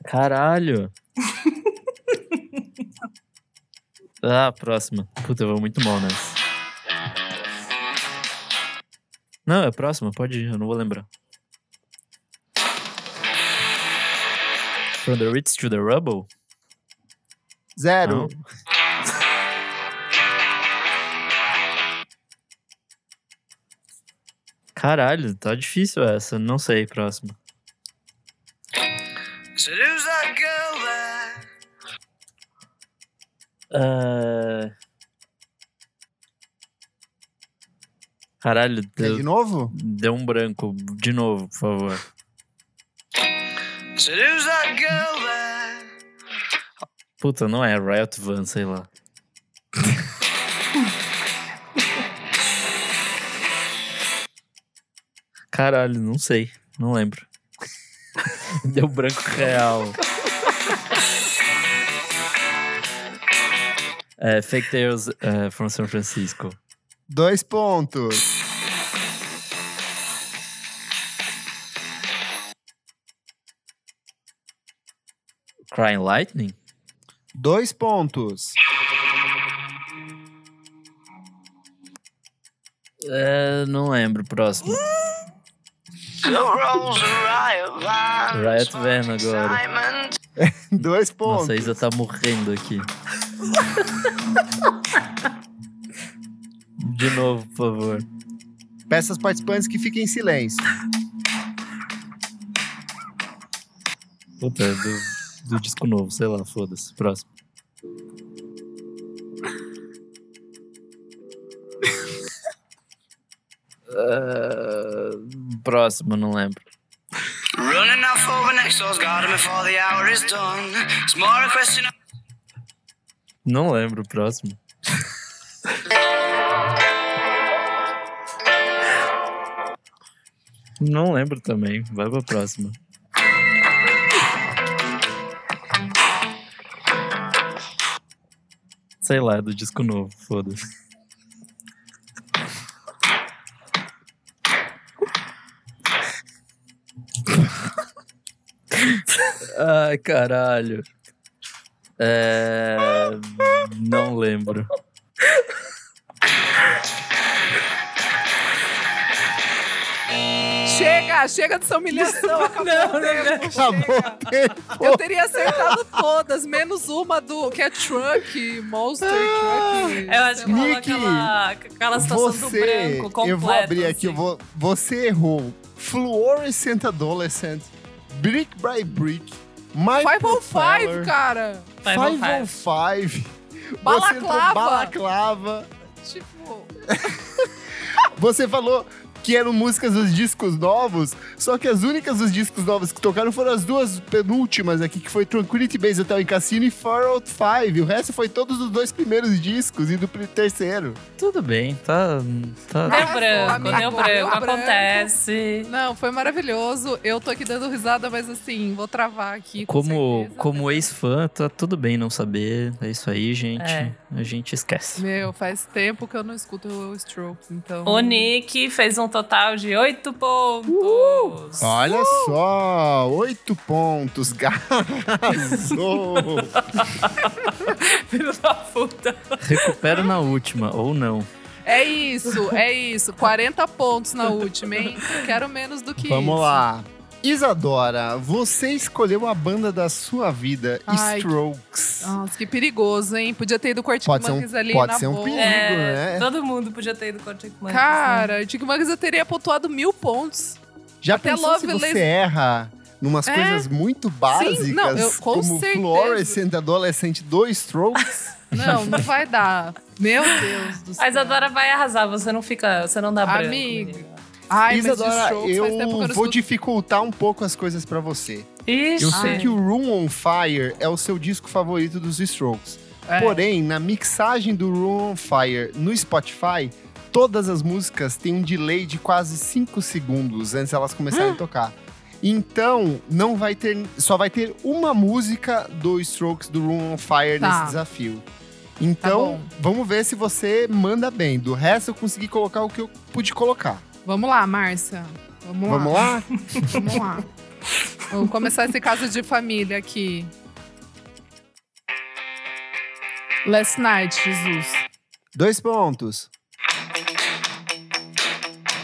Caralho. ah, próxima. Puta, eu vou muito mal nessa. Não, é próxima, pode ir, eu não vou lembrar. From the Ritz to the Rubble?
Zero.
Não. Caralho, tá difícil essa. Não sei, próximo.
Seduce that girl there.
Ah. Caralho,
Quer
deu,
de novo?
deu um branco. De novo, por favor.
Seduce that girl there.
Puta, não é Riot Van, sei lá. Caralho, não sei. Não lembro. Deu branco real. É, Fake Tales eh, from San Francisco.
Dois pontos.
Crying Lightning?
Dois pontos.
Eh, não lembro. Próximo.
The rolls a riot van.
Riot Van agora.
Diamond.
Dois pontos.
Nossa, a Isa tá morrendo aqui. De novo, por favor.
Peço aos participantes que fiquem em silêncio.
Puta, é do, do disco novo, sei lá, foda-se. Próximo. Ah, próximo, não lembro.
Running out for the next door's garden before the hour is done. It's more a question of
Não lembro o próximo. Não lembro também. Vai pra próxima. Sei lá, é do disco novo, foda-se. Ai, caralho. É... Não lembro.
Chega, chega dessa humilhação. Acabou
Não,
o
não,
tempo.
Acabou
chega.
o tempo.
Eu teria acertado todas, menos uma do que é Truck, Monster Truck.
Eu acho que rolou
Nick,
aquela, aquela situação do
Você,
branco completa.
eu vou abrir aqui,
assim.
eu vou, você errou Fluorescent Adolescent, Brick by Brick, My
oh
Propeller,
505, cara.
Five on
505, você entrou
Balaclava.
Balaclava,
Tipo,
você falou que eram músicas dos discos novos, só que as únicas dos discos novos que tocaram foram as duas penúltimas aqui, que foi Tranquility Base Hotel em Cassino e Far Out 5, o resto foi todos os dois primeiros discos e do pri- terceiro.
Tudo bem, tá.
Ah,
tá...
Deu branco,
Amigo,
deu branco,
deu branco.
acontece.
não, foi maravilhoso. Eu tô aqui dando risada, mas assim, vou travar aqui. com
Como,
certeza.
como ex-fã, tá tudo bem não saber. É isso aí, gente.
É.
A gente esquece.
Meu, faz tempo que eu não escuto o Strokes, então.
O Nick fez um total de oito pontos.
Olha só, oito pontos, arrasou.
Filho da puta.
Recupero na última, ou não.
É isso, é isso. 40 pontos na última, hein? Quero menos do que
Vamos
isso.
lá. Isadora, você escolheu a banda da sua vida,
Ai, Ah,
Strokes.
Nossa, que perigoso, hein? Podia ter ido com o Arctic
Pode ser um-
Monkeys ali
pode
na
ser um
boa.
perigo.
É,
né?
Todo mundo podia ter ido com o Arctic Monkeys, né?
Cara, Arctic Monkeys eu teria pontuado mil pontos.
Já
até
pensou se
Love
você
Laser-
erra numas
É.
coisas muito básicas,
não, eu- com
como
certeza.
Fluorescent Adolescent 2 Strokes?
Não, não vai dar. Meu Deus do céu.
A Isadora vai arrasar, você não fica, você não dá branco.
Amigo.
menina.
Ai, mas de
Isadora,
Strokes faz tempo que eu
eu
não
vou
escuto.
dificultar um pouco as coisas pra você.
Ixi.
Eu
É.
sei que o Room on Fire é o seu disco favorito dos Strokes.
É.
Porém, na mixagem do Room on Fire no Spotify, todas as músicas têm um delay de quase 5 segundos antes elas começarem a
Hum.
tocar. Então, não vai ter, só vai ter uma música do Strokes do Room on Fire
Tá.
nesse desafio. Então,
bom.
vamos ver se você manda bem. Do resto, eu consegui colocar o que eu pude colocar.
Vamos lá, Márcia. Vamos,
Vamos
lá.
lá?
Vamos lá. Vamos começar esse caso de família aqui. Last Night, Jesus.
Dois pontos.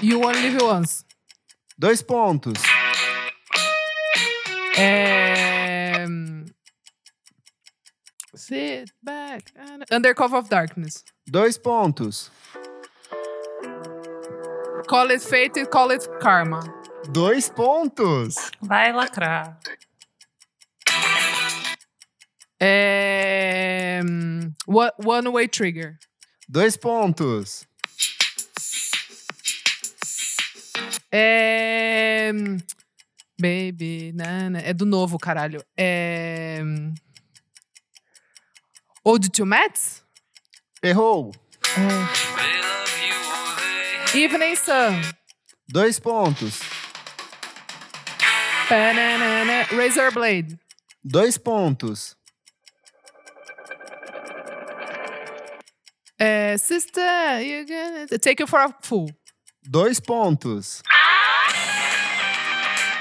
You Only Live Once.
Dois pontos.
É... Sit back. Undercover of Darkness.
Dois pontos.
Call it fate e call it karma.
Dois pontos.
Vai lacrar.
É... One, one Way Trigger.
Dois pontos.
É... Baby, nana. É do novo, caralho. É... Old to Mats?
Errou.
Evening Sun.
Dois pontos.
Pananana. Razor Blade.
Dois pontos.
É... Sister, you gonna... Take you for a fool.
Dois pontos.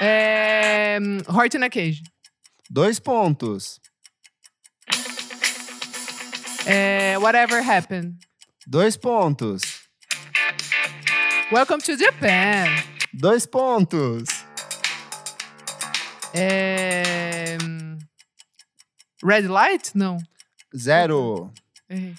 É... Um, Heart in a Cage.
Dois pontos.
É... Uh, Whatever Happened.
Dois pontos.
Welcome to Japan.
Dois pontos.
É... Um, Red Light? Uh-huh. Não.
Zero.
Errei.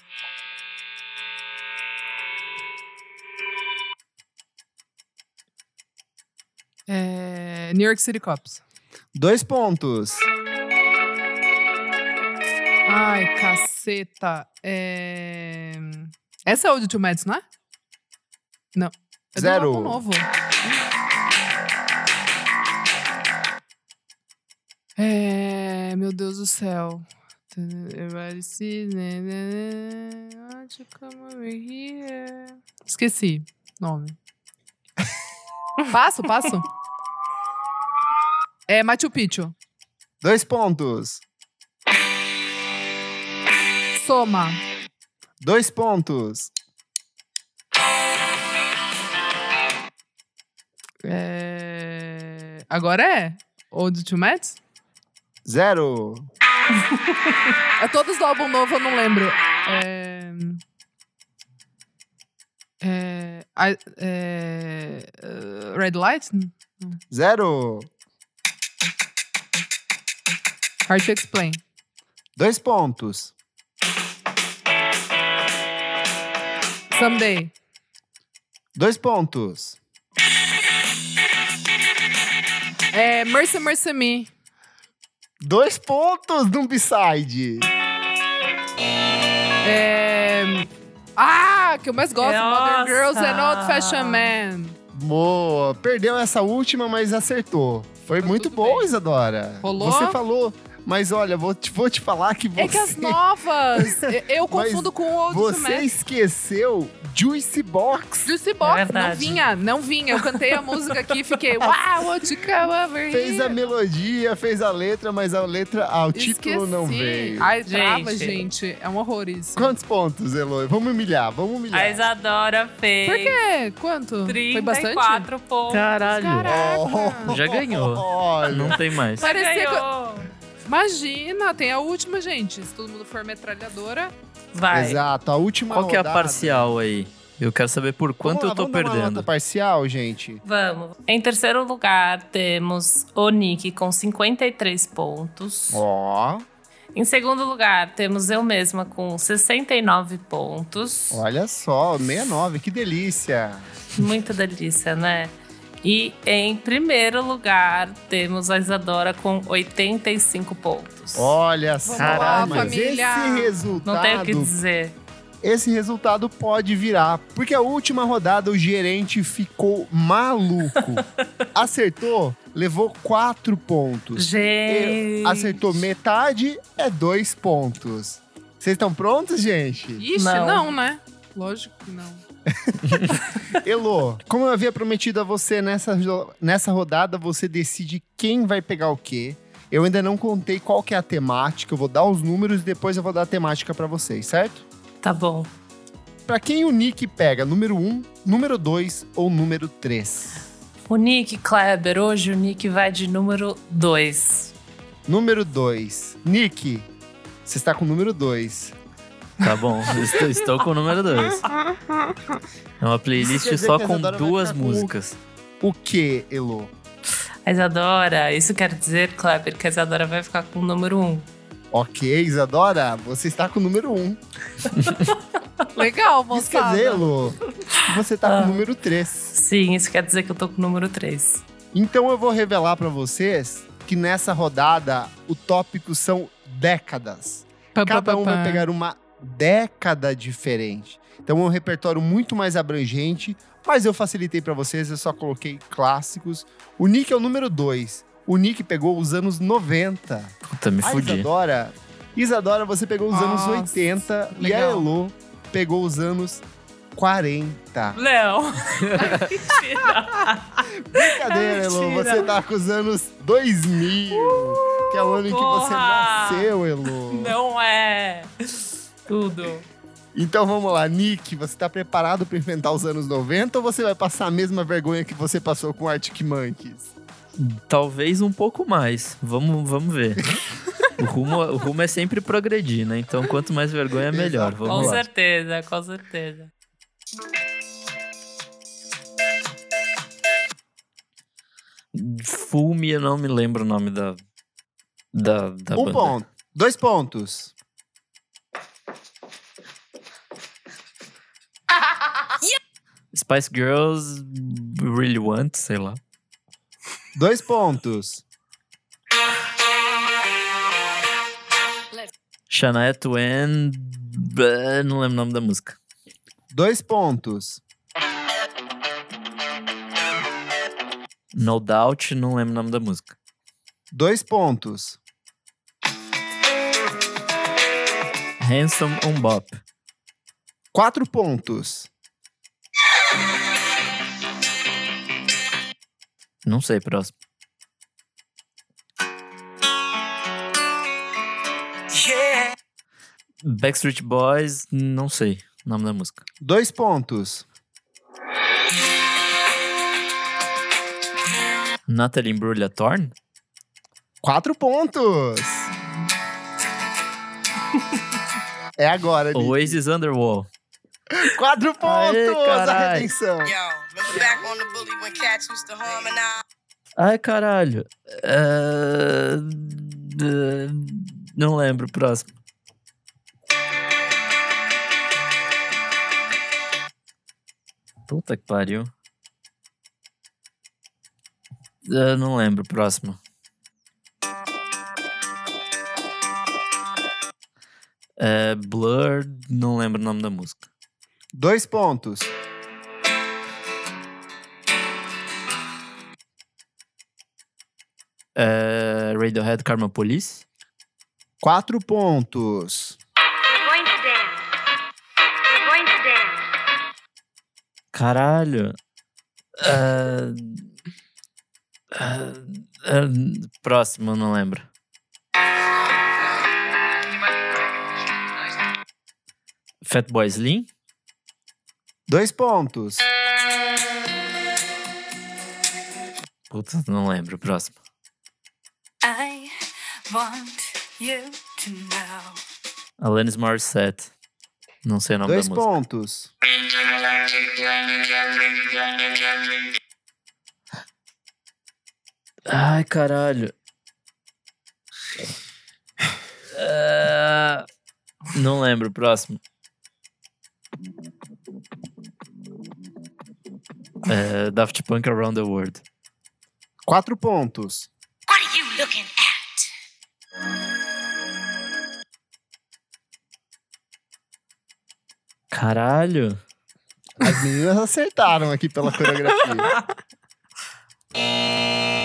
É, Uh, New York City Cops.
Dois pontos.
Ai, caceta. É... Essa é o de Two Meds, não é? Não. É do
Zero.
álbum novo. É... Meu Deus do céu. Everybody sees- né, né, né. Won't you come over here? Esqueci o nome. passo, passo. É Machu Picchu.
Dois pontos.
Soma.
Dois pontos.
É... Agora é? Old to Mets?
Zero.
É todos do álbum novo, eu não lembro. É... É... a- é, uh, Red Light?
Zero.
Hard to Explain.
Dois pontos.
Someday.
Dois pontos.
É, Mercy Mercy Me.
Dois pontos, Dumbside.
É... Ah, que eu mais gosto. Modern
É, Nossa!
Girls and Old Fashion Man.
Boa. Perdeu essa última, mas acertou. Foi
Tá
muito
tudo
boa,
bem.
Isadora.
Rolou?
Você falou, mas olha, vou te, vou te falar que você,
É que as novas. eu- eu
Mas
confundo com o Old to
você
Mets. esqueceu.
esqueceu Juicy Box.
Juicy
É
Box, não
verdade.
vinha, não vinha. Eu cantei a música aqui e fiquei, wow, what you come over
Fez a
here.
melodia, fez a letra, mas a letra, ah, o título
Esqueci.
não veio.
Ai,
Gente.
trava, gente. É um horror isso.
Quantos pontos, Eloy? Vamos humilhar, vamos
A
humilhar.
Isadora fez.
Por quê? É, Quanto? Foi bastante? Tá.
34 pontos.
Caralho.
Caraca.
Já ganhou.
Olha.
Não tem mais.
Você
Parecia
ganhou.
Imagina, tem a última, gente. Se todo mundo for metralhadora.
Vai.
Exato, a última
Qual que é a
rodada.
parcial aí? Eu quero saber por
Vamos
quanto
lá,
eu tô
vamos dar uma nota
perdendo.
parcial, gente.
Vamos. Em terceiro lugar, temos o Nick com 53 pontos.
Ó,
Em segundo lugar, temos eu mesma com 69 pontos.
olha só, 69, que delícia.
Muita delícia, né? E em primeiro lugar, temos a Isadora com 85 pontos.
Olha
Vamos
só,
lá,
mas
família.
esse
Não tenho o que
resultado,
dizer.
esse resultado pode virar, porque a última rodada o gerente ficou maluco. Acertou, levou quatro pontos.
Gente.
Acertou metade, é dois pontos. Vocês estão prontos, gente?
Ixi, não,
Não.
né? Lógico que não.
Elô, como eu havia prometido a você nessa, jo- nessa rodada, você decide quem vai pegar o quê. Eu ainda não contei qual que é a temática, eu vou dar os números e depois eu vou dar a temática pra vocês, certo?
Tá bom.
Pra quem o Nick pega, número 1, número 2 ou número 3?
O Nick Kleber, hoje o Nick vai de número 2.
Número 2. Nick, você está com o número 2.
Tá bom, estou, estou com o número 2. É uma
Isso quer
playlist
dizer
só
que a
com
Isadora vai
duas
ficar com- um.
músicas.
O que, Elô?
A Isadora, isso quer dizer, Kleber, que a Isadora vai ficar com o número 1. Um.
Ok, Isadora, você está com o número 1.
Legal,
Isso quer
moçada.
dizer, Elô, que você está com
Ah.
o número 3.
Sim, isso quer dizer que eu tô com o número 3.
Então eu vou revelar pra vocês que nessa rodada o tópico são décadas.
Pá, pá,
Cada
pá,
um
pá.
vai pegar uma década diferente. Então é um repertório muito mais abrangente, mas eu facilitei pra vocês, eu só coloquei clássicos. O Nick é o número 2. O Nick pegou os anos 90.
Puta, me
A
fudi.
Isadora, Isadora, você pegou os anos
Nossa,
80 e a
legal.
Elo pegou os anos 40.
Não.
Brincadeira,
É
Elo.
mentira.
Você tá com os anos 2000, que é o ano em que você
porra!
nasceu, Elo.
Não é. Tudo.
Então vamos lá, Nick, você tá preparado pra enfrentar os anos 90 ou você vai passar a mesma vergonha que você passou com Arctic Monkeys?
Talvez um pouco mais. Vamos, vamos ver. O rumo, o rumo é sempre progredir, né? Então, quanto mais vergonha, melhor.
Exato.
com
Vamos lá.
certeza, com certeza.
Fulme, eu não me lembro o nome da. Da, da
um
banda.
ponto. Dois pontos.
Spice Girls Really Want, sei lá.
Dois pontos.
Shania Twain. blá, Não lembro o nome da música.
Dois pontos.
No Doubt, não lembro o nome da música.
Dois pontos.
Handsome on Bop.
Quatro pontos.
Não sei, próximo. Backstreet Boys, não sei o nome da música.
Dois pontos.
Natalie Imbruglia Thorne?
Quatro pontos. é agora, Nick.
Oasis Underwall.
Quatro
Aê,
pontos. a
caralho.
redenção.
Yo, remember back on the bully when cats used to harmonize?
Ai, caralho. É, é, Não lembro, próximo. Puta que pariu. É, não lembro, próximo. É, Blur, não lembro o nome da música.
Dois pontos.
É, Radiohead Karma Police.
Quatro pontos.
We're going to dance. We're going to dance.
Caralho. Ah, ah, ah, próximo, eu não lembro. Fatboy Slim?
Dois pontos.
Puta, não lembro. Próximo.
I want you to know.
Alanis Morissette. Não sei o nome
Dois
da música.
pontos.
Ai, caralho. Ah, não lembro. Próximo. É, Daft Punk Around the World.
Quatro pontos.
What are you looking at?
Caralho.
As meninas acertaram aqui pela coreografia.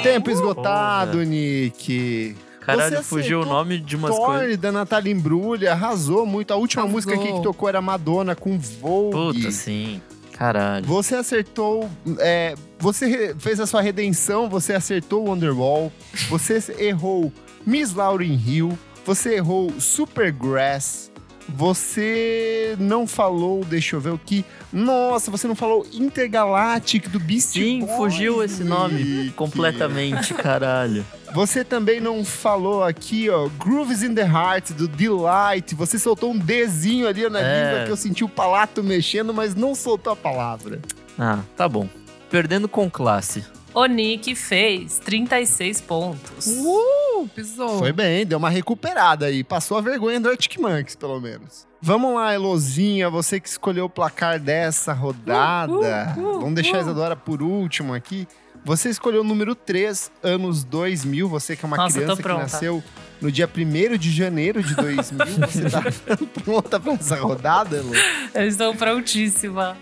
Tempo esgotado,
Porra.
Nick.
Caralho,
Você
fugiu o
aceitou
nome de umas coisas.
Torne da Natália Embrulha arrasou muito. A última
Arrasou.
música aqui que tocou era Madonna com Vogue.
Puta, sim. Caralho.
Você acertou. é, você re- fez a sua redenção, você acertou o Underwall. Você errou Miss Lauren Hill. Você errou Supergrass. Você não falou, deixa eu ver o que. Nossa, você não falou Intergalactic do Beast
Sim,
Boys,
fugiu esse nome
Nick.
completamente, caralho.
Você também não falou aqui, ó, Grooves in the Heart do Delight. Você soltou um Dzinho ali na
É.
língua que eu senti o palato mexendo, mas não soltou a palavra.
Ah, tá bom. Perdendo com classe.
O Nick fez 36 pontos.
Uh, pisou.
Foi bem, deu uma recuperada aí. Passou a vergonha do Arctic Monkeys, pelo menos. Vamos lá, Elozinha, você que escolheu o placar dessa rodada.
Uh, uh, uh,
Vamos deixar a
uh.
Isadora por último aqui. Você escolheu o número 3, anos 2000. Você que é uma
Nossa, eu
criança
tô
que
pronta.
nasceu no dia 1 de janeiro de 2000. você tá pronta pra essa rodada, Elo?
Eu estou prontíssima.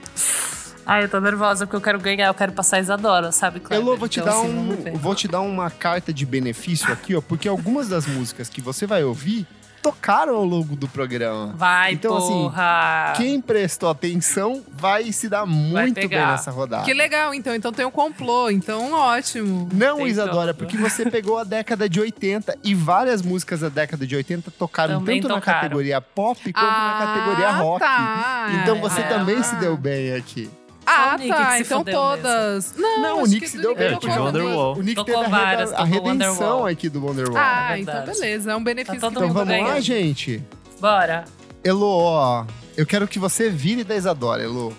Ai, eu tô nervosa porque eu quero ganhar, eu quero passar a Isadora, sabe? Kleber?
Elô, vou te,
Então,
dar
assim, vamos
um,
ver.
vou te dar uma carta de benefício aqui, ó. Porque algumas das músicas que você vai ouvir tocaram ao longo do programa.
Vai,
Então, assim,
porra!
Quem prestou atenção vai se dar muito bem
Ah. pegar.
nessa rodada.
Que legal, então. Então tem um complô. Então, ótimo.
Não,
Tem
Isadora,
tanto.
porque você pegou a década de 80 e várias músicas da década de 80 tocaram
Também
tanto na
tocaram.
categoria pop quanto na categoria rock.
Ah, Tá.
Então você
é.
também se deu bem aqui.
Só
Ah,
o Nick que
tá.
se
Então
fudeu
todas. Não,
Não, É, o
acho
Nick
que
se
do
deu
Nick
bem.
eu
não
tive
aqui.
conta.
Wonderwall.
O Nick
Tocou
teve a, reda-
várias,
a
tocou
redenção
Wonderwall.
aqui do Wonderwall.
Ah,
É
então
verdade.
beleza. É um benefício
Tá
que
todo
então
eu
mundo
vou
vamos lá,
ganhar.
ganhando.
gente.
Bora!
Elô, ó, eu quero que você vire da Isadora, Elô.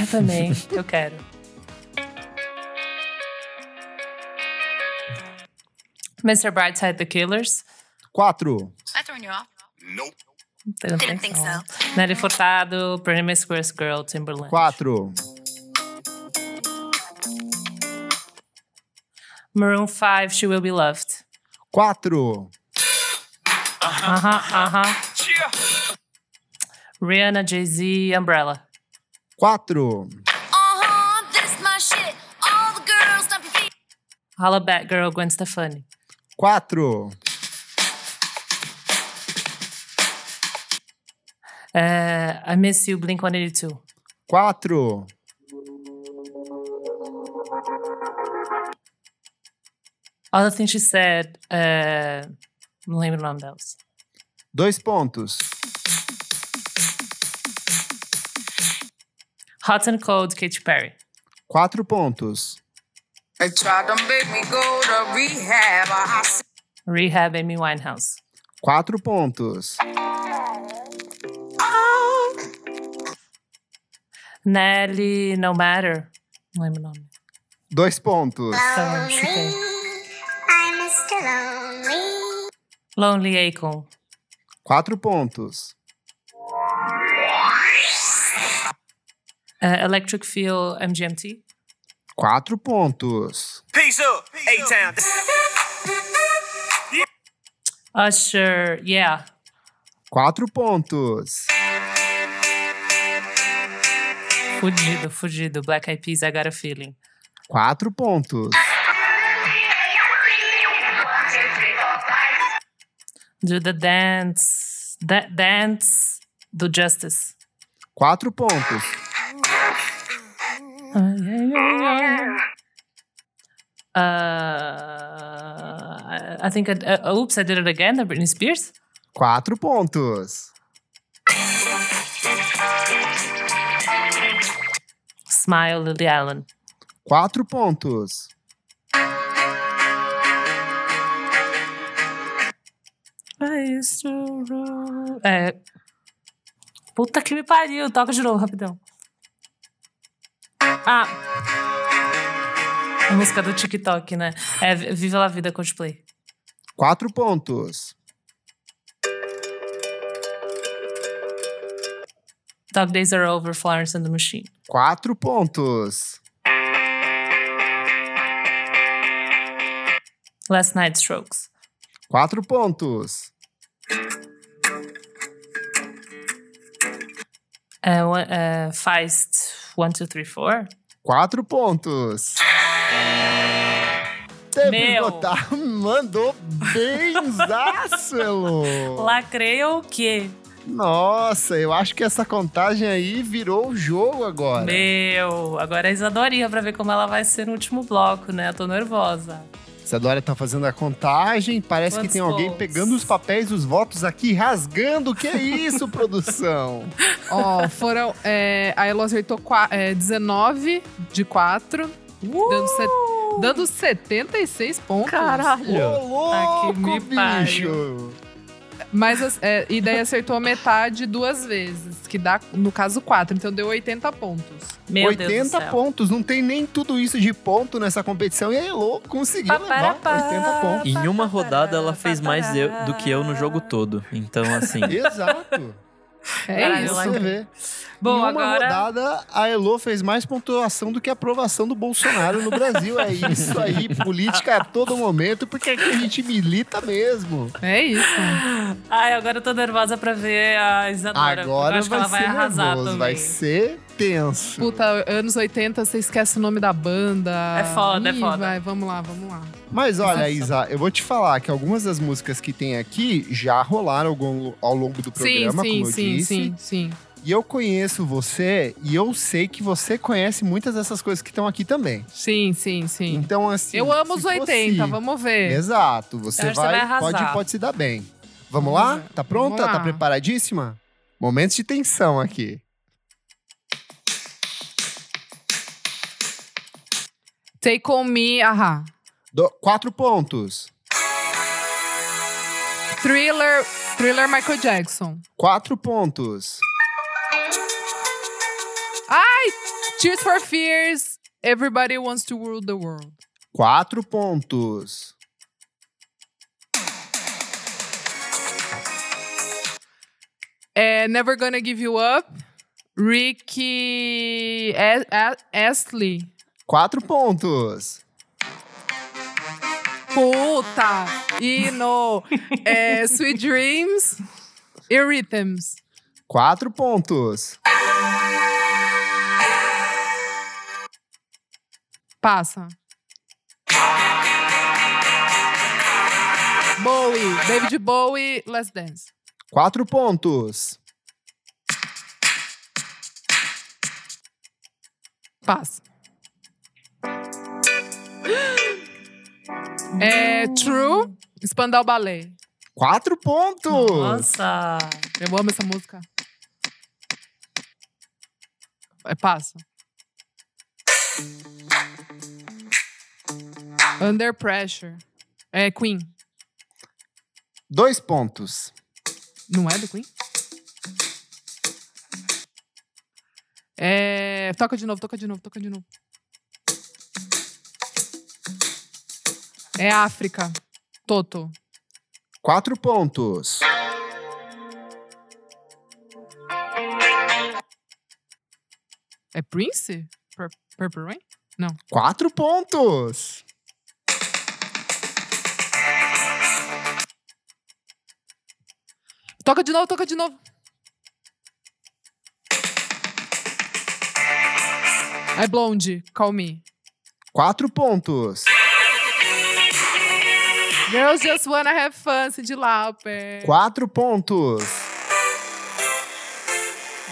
Eu também, eu quero. Mr. Brightside The Killers.
Quatro.
That throwing you off?
Didn't,
Didn't think so.
Nelly Furtado, Pretty Miss Square Girl, Timberland.
Quatro.
Maroon 5, She Will Be Loved.
Quatro.
Uh-huh, uh-huh. Rihanna, Jay-Z, Umbrella.
Quatro.
Uh-huh, that's my shit. All the girls dump your feet.
Holla Back Girl, Gwen Stefani.
Quatro.
Eh, I Miss You, Blink-182.
Quatro.
All the Things She uh, Said, eh, não lembro o nome delas.
Dois pontos.
Hot and Cold, Katy Perry.
Quatro pontos.
They tried to make me go to rehab. I said,
Rehab, Amy Winehouse.
Quatro pontos.
oh,
Nelly, No Matter. Não lembro o nome.
Dois pontos.
Também chutei.
I'm Mr. Lonely.
Lonely Akon.
Quatro pontos.
Eh, Electric Feel, MGMT.
Quatro pontos.
Peace up, A-Town.
Usher, yeah.
Quatro pontos.
Fudido, fudido. Black Eyed Peas, I Got a Feeling.
Quatro pontos.
Do The Dance. Da- dance do Justice.
Quatro pontos.
Uh, I think, I, uh, oops, I did it again, da Britney Spears.
Quatro pontos.
Smile, Lily Allen.
Quatro pontos.
I used to rule- É. Puta que me pariu, toca de novo, rapidão. Ah! A música do TikTok, né? É Vi- Viva la Vida Coldplay.
Quatro pontos.
Dog Days Are Over, Florence and the Machine.
Quatro pontos.
Last Night Strokes.
Quatro pontos.
É, one- é, Feist, 1, 2, 3, 4.
Quatro pontos. Tempo
Meu.
esgotado. um Mandou benzaço, Elo.
Lacrei ou o quê?
Nossa, eu acho que essa contagem aí virou o jogo agora.
Meu, agora a Isadorinha pra ver como ela vai ser no último bloco, né? Eu tô nervosa.
Isadora tá fazendo a contagem. Parece que
Quantos
tem alguém
pontos?
pegando os papéis dos votos aqui, rasgando. Que é isso, produção?
Ó, foram. É, a Elo acertou qua- é, 19 de 4,
Uh!
dando, set- dando 76 pontos.
Ô,
Caralho!
louco,
que me
bicho!
Mas, as- é, e daí acertou a metade duas vezes, que dá, no caso, 4. Então deu 80 pontos.
Meu Deus do
80
céu.
pontos. Não tem nem tudo isso de ponto nessa competição. E a Elo conseguiu levar
Paparapá.
80 pontos.
Em uma rodada
tá,
ela fez mais eu- do que eu no jogo todo. Então, assim.
Exato.
É
Caralho,
isso.
lá-
Você vê.
Bom,
em uma
agora.
rodada, a Elo fez mais pontuação do que a aprovação do Bolsonaro no Brasil. É isso aí, política a todo momento, porque aqui a gente milita mesmo.
É isso.
Ai, agora eu tô nervosa pra ver a Isadora. porque eu
Agora
acho que
vai
ela vai
ser
arrasar
nervoso,
também.
vai ser tenso.
Puta, anos 80, você esquece o nome da banda.
É foda, é
Ih,
foda.
Vai, vamos lá, vamos lá.
Mas olha, Isa, eu vou te falar que algumas das músicas que tem aqui já rolaram algum- ao longo do programa,
sim,
como eu
sim,
disse.
sim, sim.
E eu conheço você e eu sei que você conhece muitas dessas coisas que estão aqui também.
Sim, sim, sim.
Então, assim.
Eu amo os
se fosse-
80, vamos ver.
Exato, você
Eu acho que você
vai,
vai arrasar.
pode, pode se dar bem. Vamos
Vamos
lá?
lá.
Tá pronta?
Vamos lá.
Tá preparadíssima? Momentos de tensão aqui.
Take on me, ahá.
Do- quatro pontos.
Thriller, thriller Michael Jackson.
Quatro pontos.
Tears for Fears, Everybody Wants to Rule the World.
Quatro pontos.
É, Never Gonna Give You Up, Ricky A- A- Astley.
Quatro pontos.
Puta! E no é, Sweet Dreams e Rhythms.
Quatro pontos.
Passa. Bowie, David Bowie, Let's Dance.
Quatro pontos.
Passa. É, True, Spandau Ballet.
Quatro pontos.
Nossa!
Eu amo essa música. É passa. Under Pressure. É Queen.
Dois pontos.
Não é do Queen? É... Toca de novo, toca de novo, toca de novo. É África. Toto.
Quatro pontos.
É Prince? Pur- Purple Rain?
Quatro pontos.
Toca de novo, toca de novo. É Blonde, Call Me.
Quatro pontos.
Girls Just Wanna Have Fun, Cyndi Lauper.
Quatro pontos.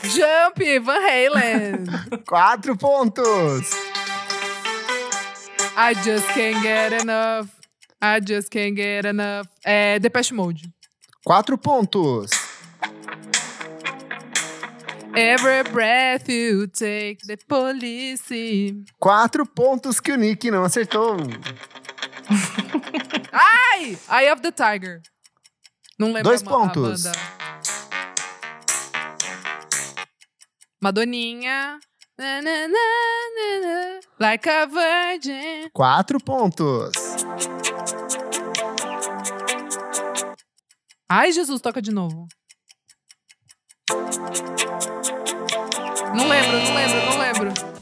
Jump, Van Halen.
Quatro pontos.
I Just Can't Get Enough. I Just Can't Get Enough. É Depeche Mode.
Quatro pontos.
Every breath you take, the police.
Quatro pontos que o Nick não acertou.
Ai! Eye of the Tiger. Não lembro
Dois
a, ma- a
pontos.
banda. Madoninha. Na, na, na, na, na. Like a virgin.
Quatro pontos.
Ai, Jesus, toca de novo. Não lembro, não lembro, não lembro.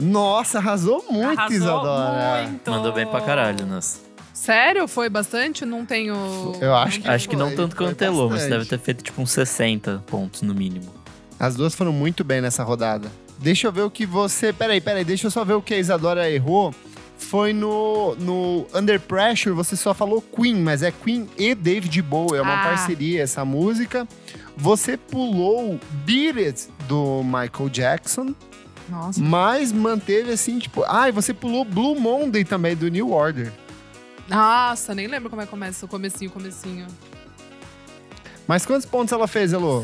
Nossa, arrasou muito,
Arrasou
Isadora.
muito.
Mandou bem pra caralho, nossa.
Sério? Foi bastante? Não tenho...
Eu acho que
Acho que não
Foi,
tanto
foi
quanto Elô, mas
bastante.
deve ter feito tipo uns 60 pontos no mínimo.
As duas foram muito bem nessa rodada. Deixa eu ver o que você. Peraí, peraí, deixa eu só ver o que a Isadora errou. Foi no, no Under Pressure, você só falou Queen, mas é Queen e David Bowie, é uma
Ah.
parceria essa música. Você pulou Beat It, do Michael Jackson,
Nossa.
mas manteve assim, tipo. Ah, e você pulou Blue Monday também, do New Order.
Nossa, nem lembro como é que começa o comecinho, comecinho.
Mas quantos pontos ela fez, Elô?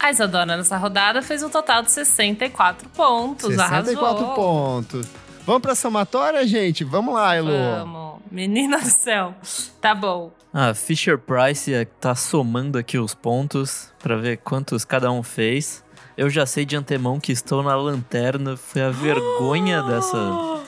A Isadora nessa rodada fez um total de 64 pontos.
64
arrasou.
pontos. Vamos pra somatória, gente? Vamos lá, Elô.
Vamos. Menina do céu. Tá bom.
Ah, Fisher Price eh, tá somando aqui os pontos pra ver quantos cada um fez. Eu já sei de antemão que estou na lanterna. Foi a
Ah!
vergonha dessa.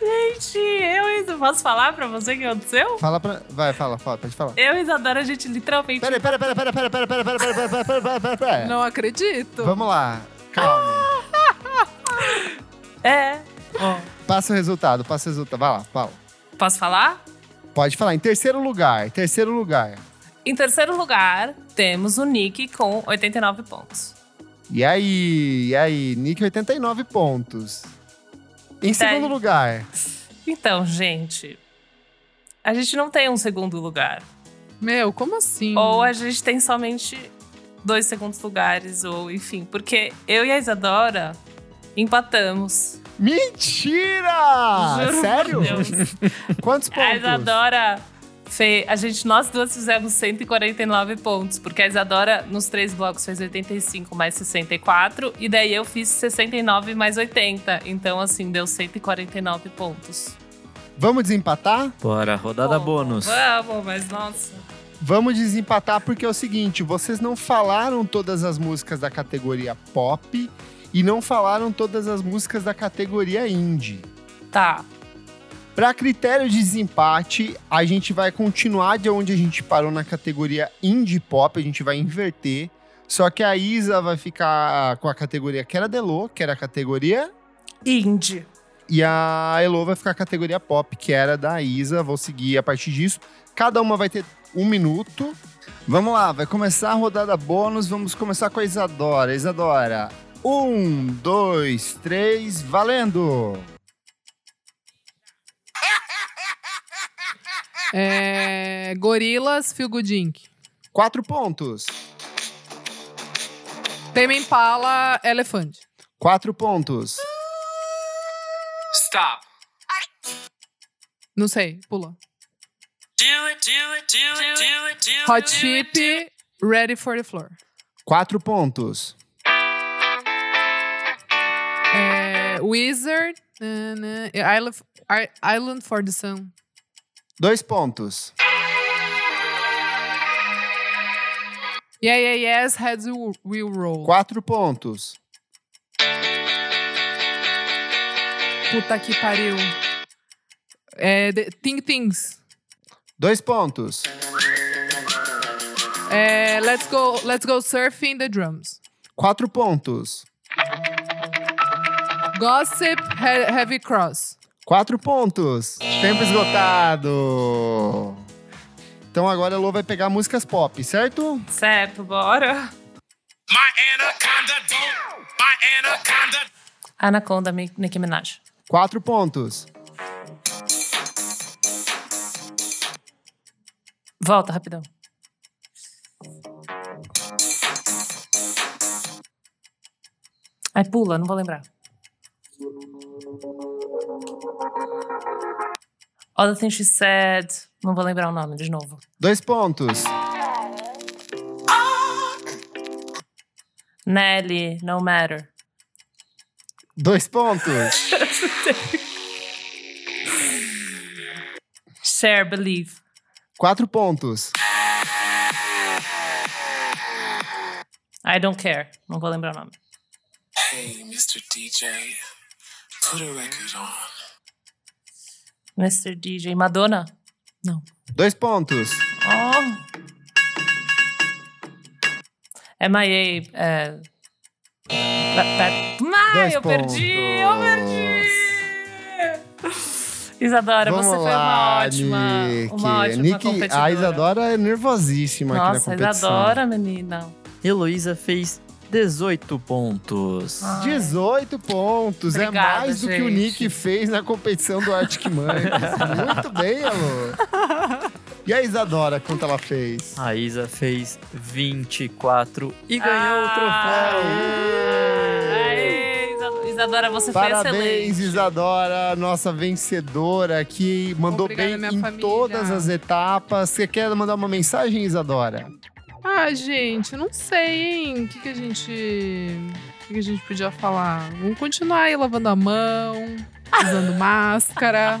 Gente, eu e Isa- posso falar pra você o que aconteceu?
Fala pra. Vai, fala, fala, pode falar.
Eu e Isadora, a gente literalmente.
Peraí, peraí, peraí, peraí, peraí, peraí, peraí, peraí, peraí, peraí, peraí, peraí, peraí, peraí.
Não acredito.
Vamos lá, calma.
É.
Passa o resultado, passa o resultado. Vai lá, fala.
Posso falar?
Pode falar. Em terceiro lugar, terceiro lugar.
Em terceiro lugar, temos o Nick com 89 pontos.
E aí, e aí? Nick, 89 pontos. Em segundo lugar,
Então, gente. A gente não tem um segundo lugar.
Meu, como assim?
Ou a gente tem somente dois segundos lugares, ou enfim. Porque eu e a Isadora empatamos.
mentira!
Juro por
Sério?
Deus.
Quantos pontos?
A Isadora. Fe... A gente, nós duas fizemos 149 pontos, porque a Isadora nos três blocos fez 85 mais 64, e daí eu fiz 69 mais 80. Então, assim, deu 149 pontos.
Vamos desempatar?
Bora, rodada
Bom,
bônus.
Vamos, mas nossa.
Vamos desempatar porque é o seguinte, vocês não falaram todas as músicas da categoria pop e não falaram todas as músicas da categoria indie.
Tá.
Para critério de desempate, a gente vai continuar de onde a gente parou na categoria indie pop, a gente vai inverter. Só que a Isa vai ficar com a categoria que era Delô, que era a categoria,
Indie.
e a Elo vai ficar com a categoria pop, que era da Isa. Vou seguir a partir disso. Cada uma vai ter um minuto. Vamos lá, vai começar a rodada bônus. Vamos começar com a Isadora. Isadora, um, dois, três, valendo!
É... Gorilas, Feel Good Inc.
Quatro pontos.
Tame Impala, Elefante.
Quatro pontos.
Stop.
Não sei, pula.
Do it, do it, do it, do it, do it.
Hot Chip, Ready for the Floor.
Quatro pontos.
É, Wizard. né, né, Island, I- Island for the Sun.
Dois pontos.
Yeah, yeah, yes, heads will will roll.
Quatro pontos.
Puta que pariu. É, the, Think Things.
Dois pontos.
É, let's, go, let's go surfing the drums.
Quatro pontos.
Gossip, he- Heavy Cross.
Quatro pontos. Tempo esgotado. Então agora a Lô vai pegar músicas pop, certo?
Certo, bora. Anaconda, Mi- Nicki Minaj.
Quatro pontos.
Volta, rapidão. Ai, pula, não vou lembrar. All the things she said. Não vou lembrar o nome de novo.
Dois pontos.
Nelly, no matter.
Dois pontos.
Share, believe.
Quatro pontos.
I don't care. Não vou lembrar o nome.
Hey, Mr. DJ, put a record on.
Mr. DJ. Madonna? Não.
Dois pontos.
Oh. MIA. É... Pe- pe- Ai,
Dois
eu perdi! Eu perdi! Isadora,
Vamos
você foi uma
lá,
ótima.
Nick.
Uma ótima
Nick,
competidora.
a Isadora é nervosíssima aqui na
Nossa,
competição.
Isadora, menina.
Heloísa fez 18 pontos.
Ah. 18 pontos. é
Obrigada,
mais do que o
gente.
Nick fez na competição do Arctic Monkeys. Muito bem, Alô. E a Isadora, quanto ela fez?
A Isa fez 24 e ganhou o
Ah.
troféu.
Aê, Isa- Isadora, você foi excelente.
Parabéns, Isadora, nossa vencedora, que mandou
Obrigada,
bem
minha
em
família.
todas as etapas. Você quer mandar uma mensagem, Isadora?
Ah, gente, não sei, hein? O que, que a gente. O que, que a gente podia falar? Vamos continuar aí lavando a mão, usando máscara.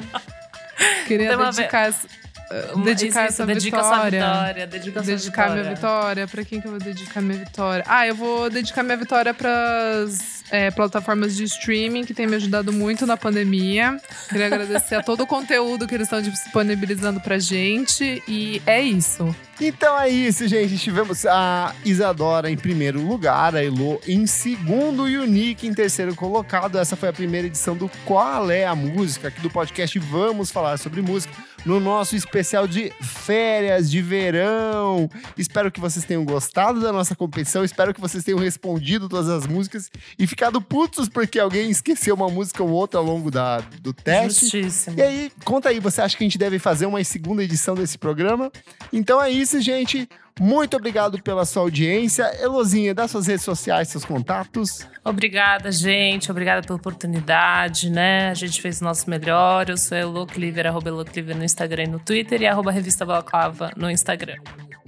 Queria
Tem uma
dedicar, essa- eh,
Uma-
dedicar
isso, isso,
essa
dedica sua
vitória.
vitória. Dedica sua
dedicar
vitória.
minha vitória? Pra quem que eu vou dedicar minha vitória? Ah, eu vou dedicar minha vitória pras eh, plataformas de streaming que tem me ajudado muito na pandemia. Queria agradecer a todo o conteúdo que eles estão disponibilizando pra gente. E é isso.
Então é isso, gente. Tivemos a Isadora em primeiro lugar, a Elo em segundo e o Nick em terceiro colocado. Essa foi a primeira edição do Qual é a Música, aqui do podcast Vamos Falar sobre Música, no nosso especial de férias de verão. Espero que vocês tenham gostado da nossa competição, espero que vocês tenham respondido todas as músicas e ficado putos porque alguém esqueceu uma música ou outra ao longo da, do teste.
Justíssimo.
E aí, conta aí, você acha que a gente deve fazer uma segunda edição desse programa? Então é isso, gente. Muito obrigado pela sua audiência. Elozinha, dá suas redes sociais, seus contatos.
Obrigada, gente. Obrigada pela oportunidade, né? A gente fez o nosso melhor. Eu sou a Elo Cleaver, arroba Elo Cleaver no Instagram e no Twitter e arroba Revista Balaclava no Instagram.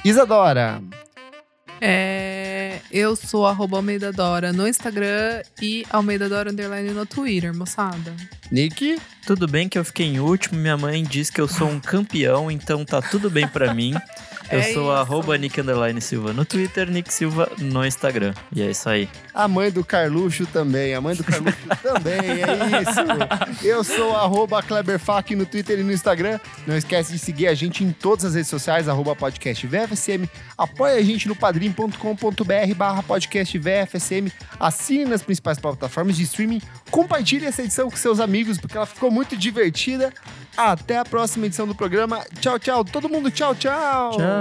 Isadora,
É, eu sou arroba Almeida Dora no Instagram e Almeida Dora Underline no Twitter, moçada.
Nick,
Tudo bem que eu fiquei em último, minha mãe diz que eu sou um campeão, então tá tudo bem pra mim. Eu
É
sou
isso.
arroba Nick Underline Silva no Twitter, Nick Silva no Instagram. E é isso aí.
a mãe do Carluxo também. A mãe do Carluxo também, é isso. Eu sou arroba Kleberfac no Twitter e no Instagram. Não esquece de seguir a gente em todas as redes sociais, arroba podcast VFSM. Apoie a gente no padrim.com.br barra podcast VFSM. Assine nas principais plataformas de streaming. Compartilhe essa edição com seus amigos, porque ela ficou muito divertida. Até a próxima edição do programa. Tchau, tchau. Todo mundo, tchau, tchau.
Tchau.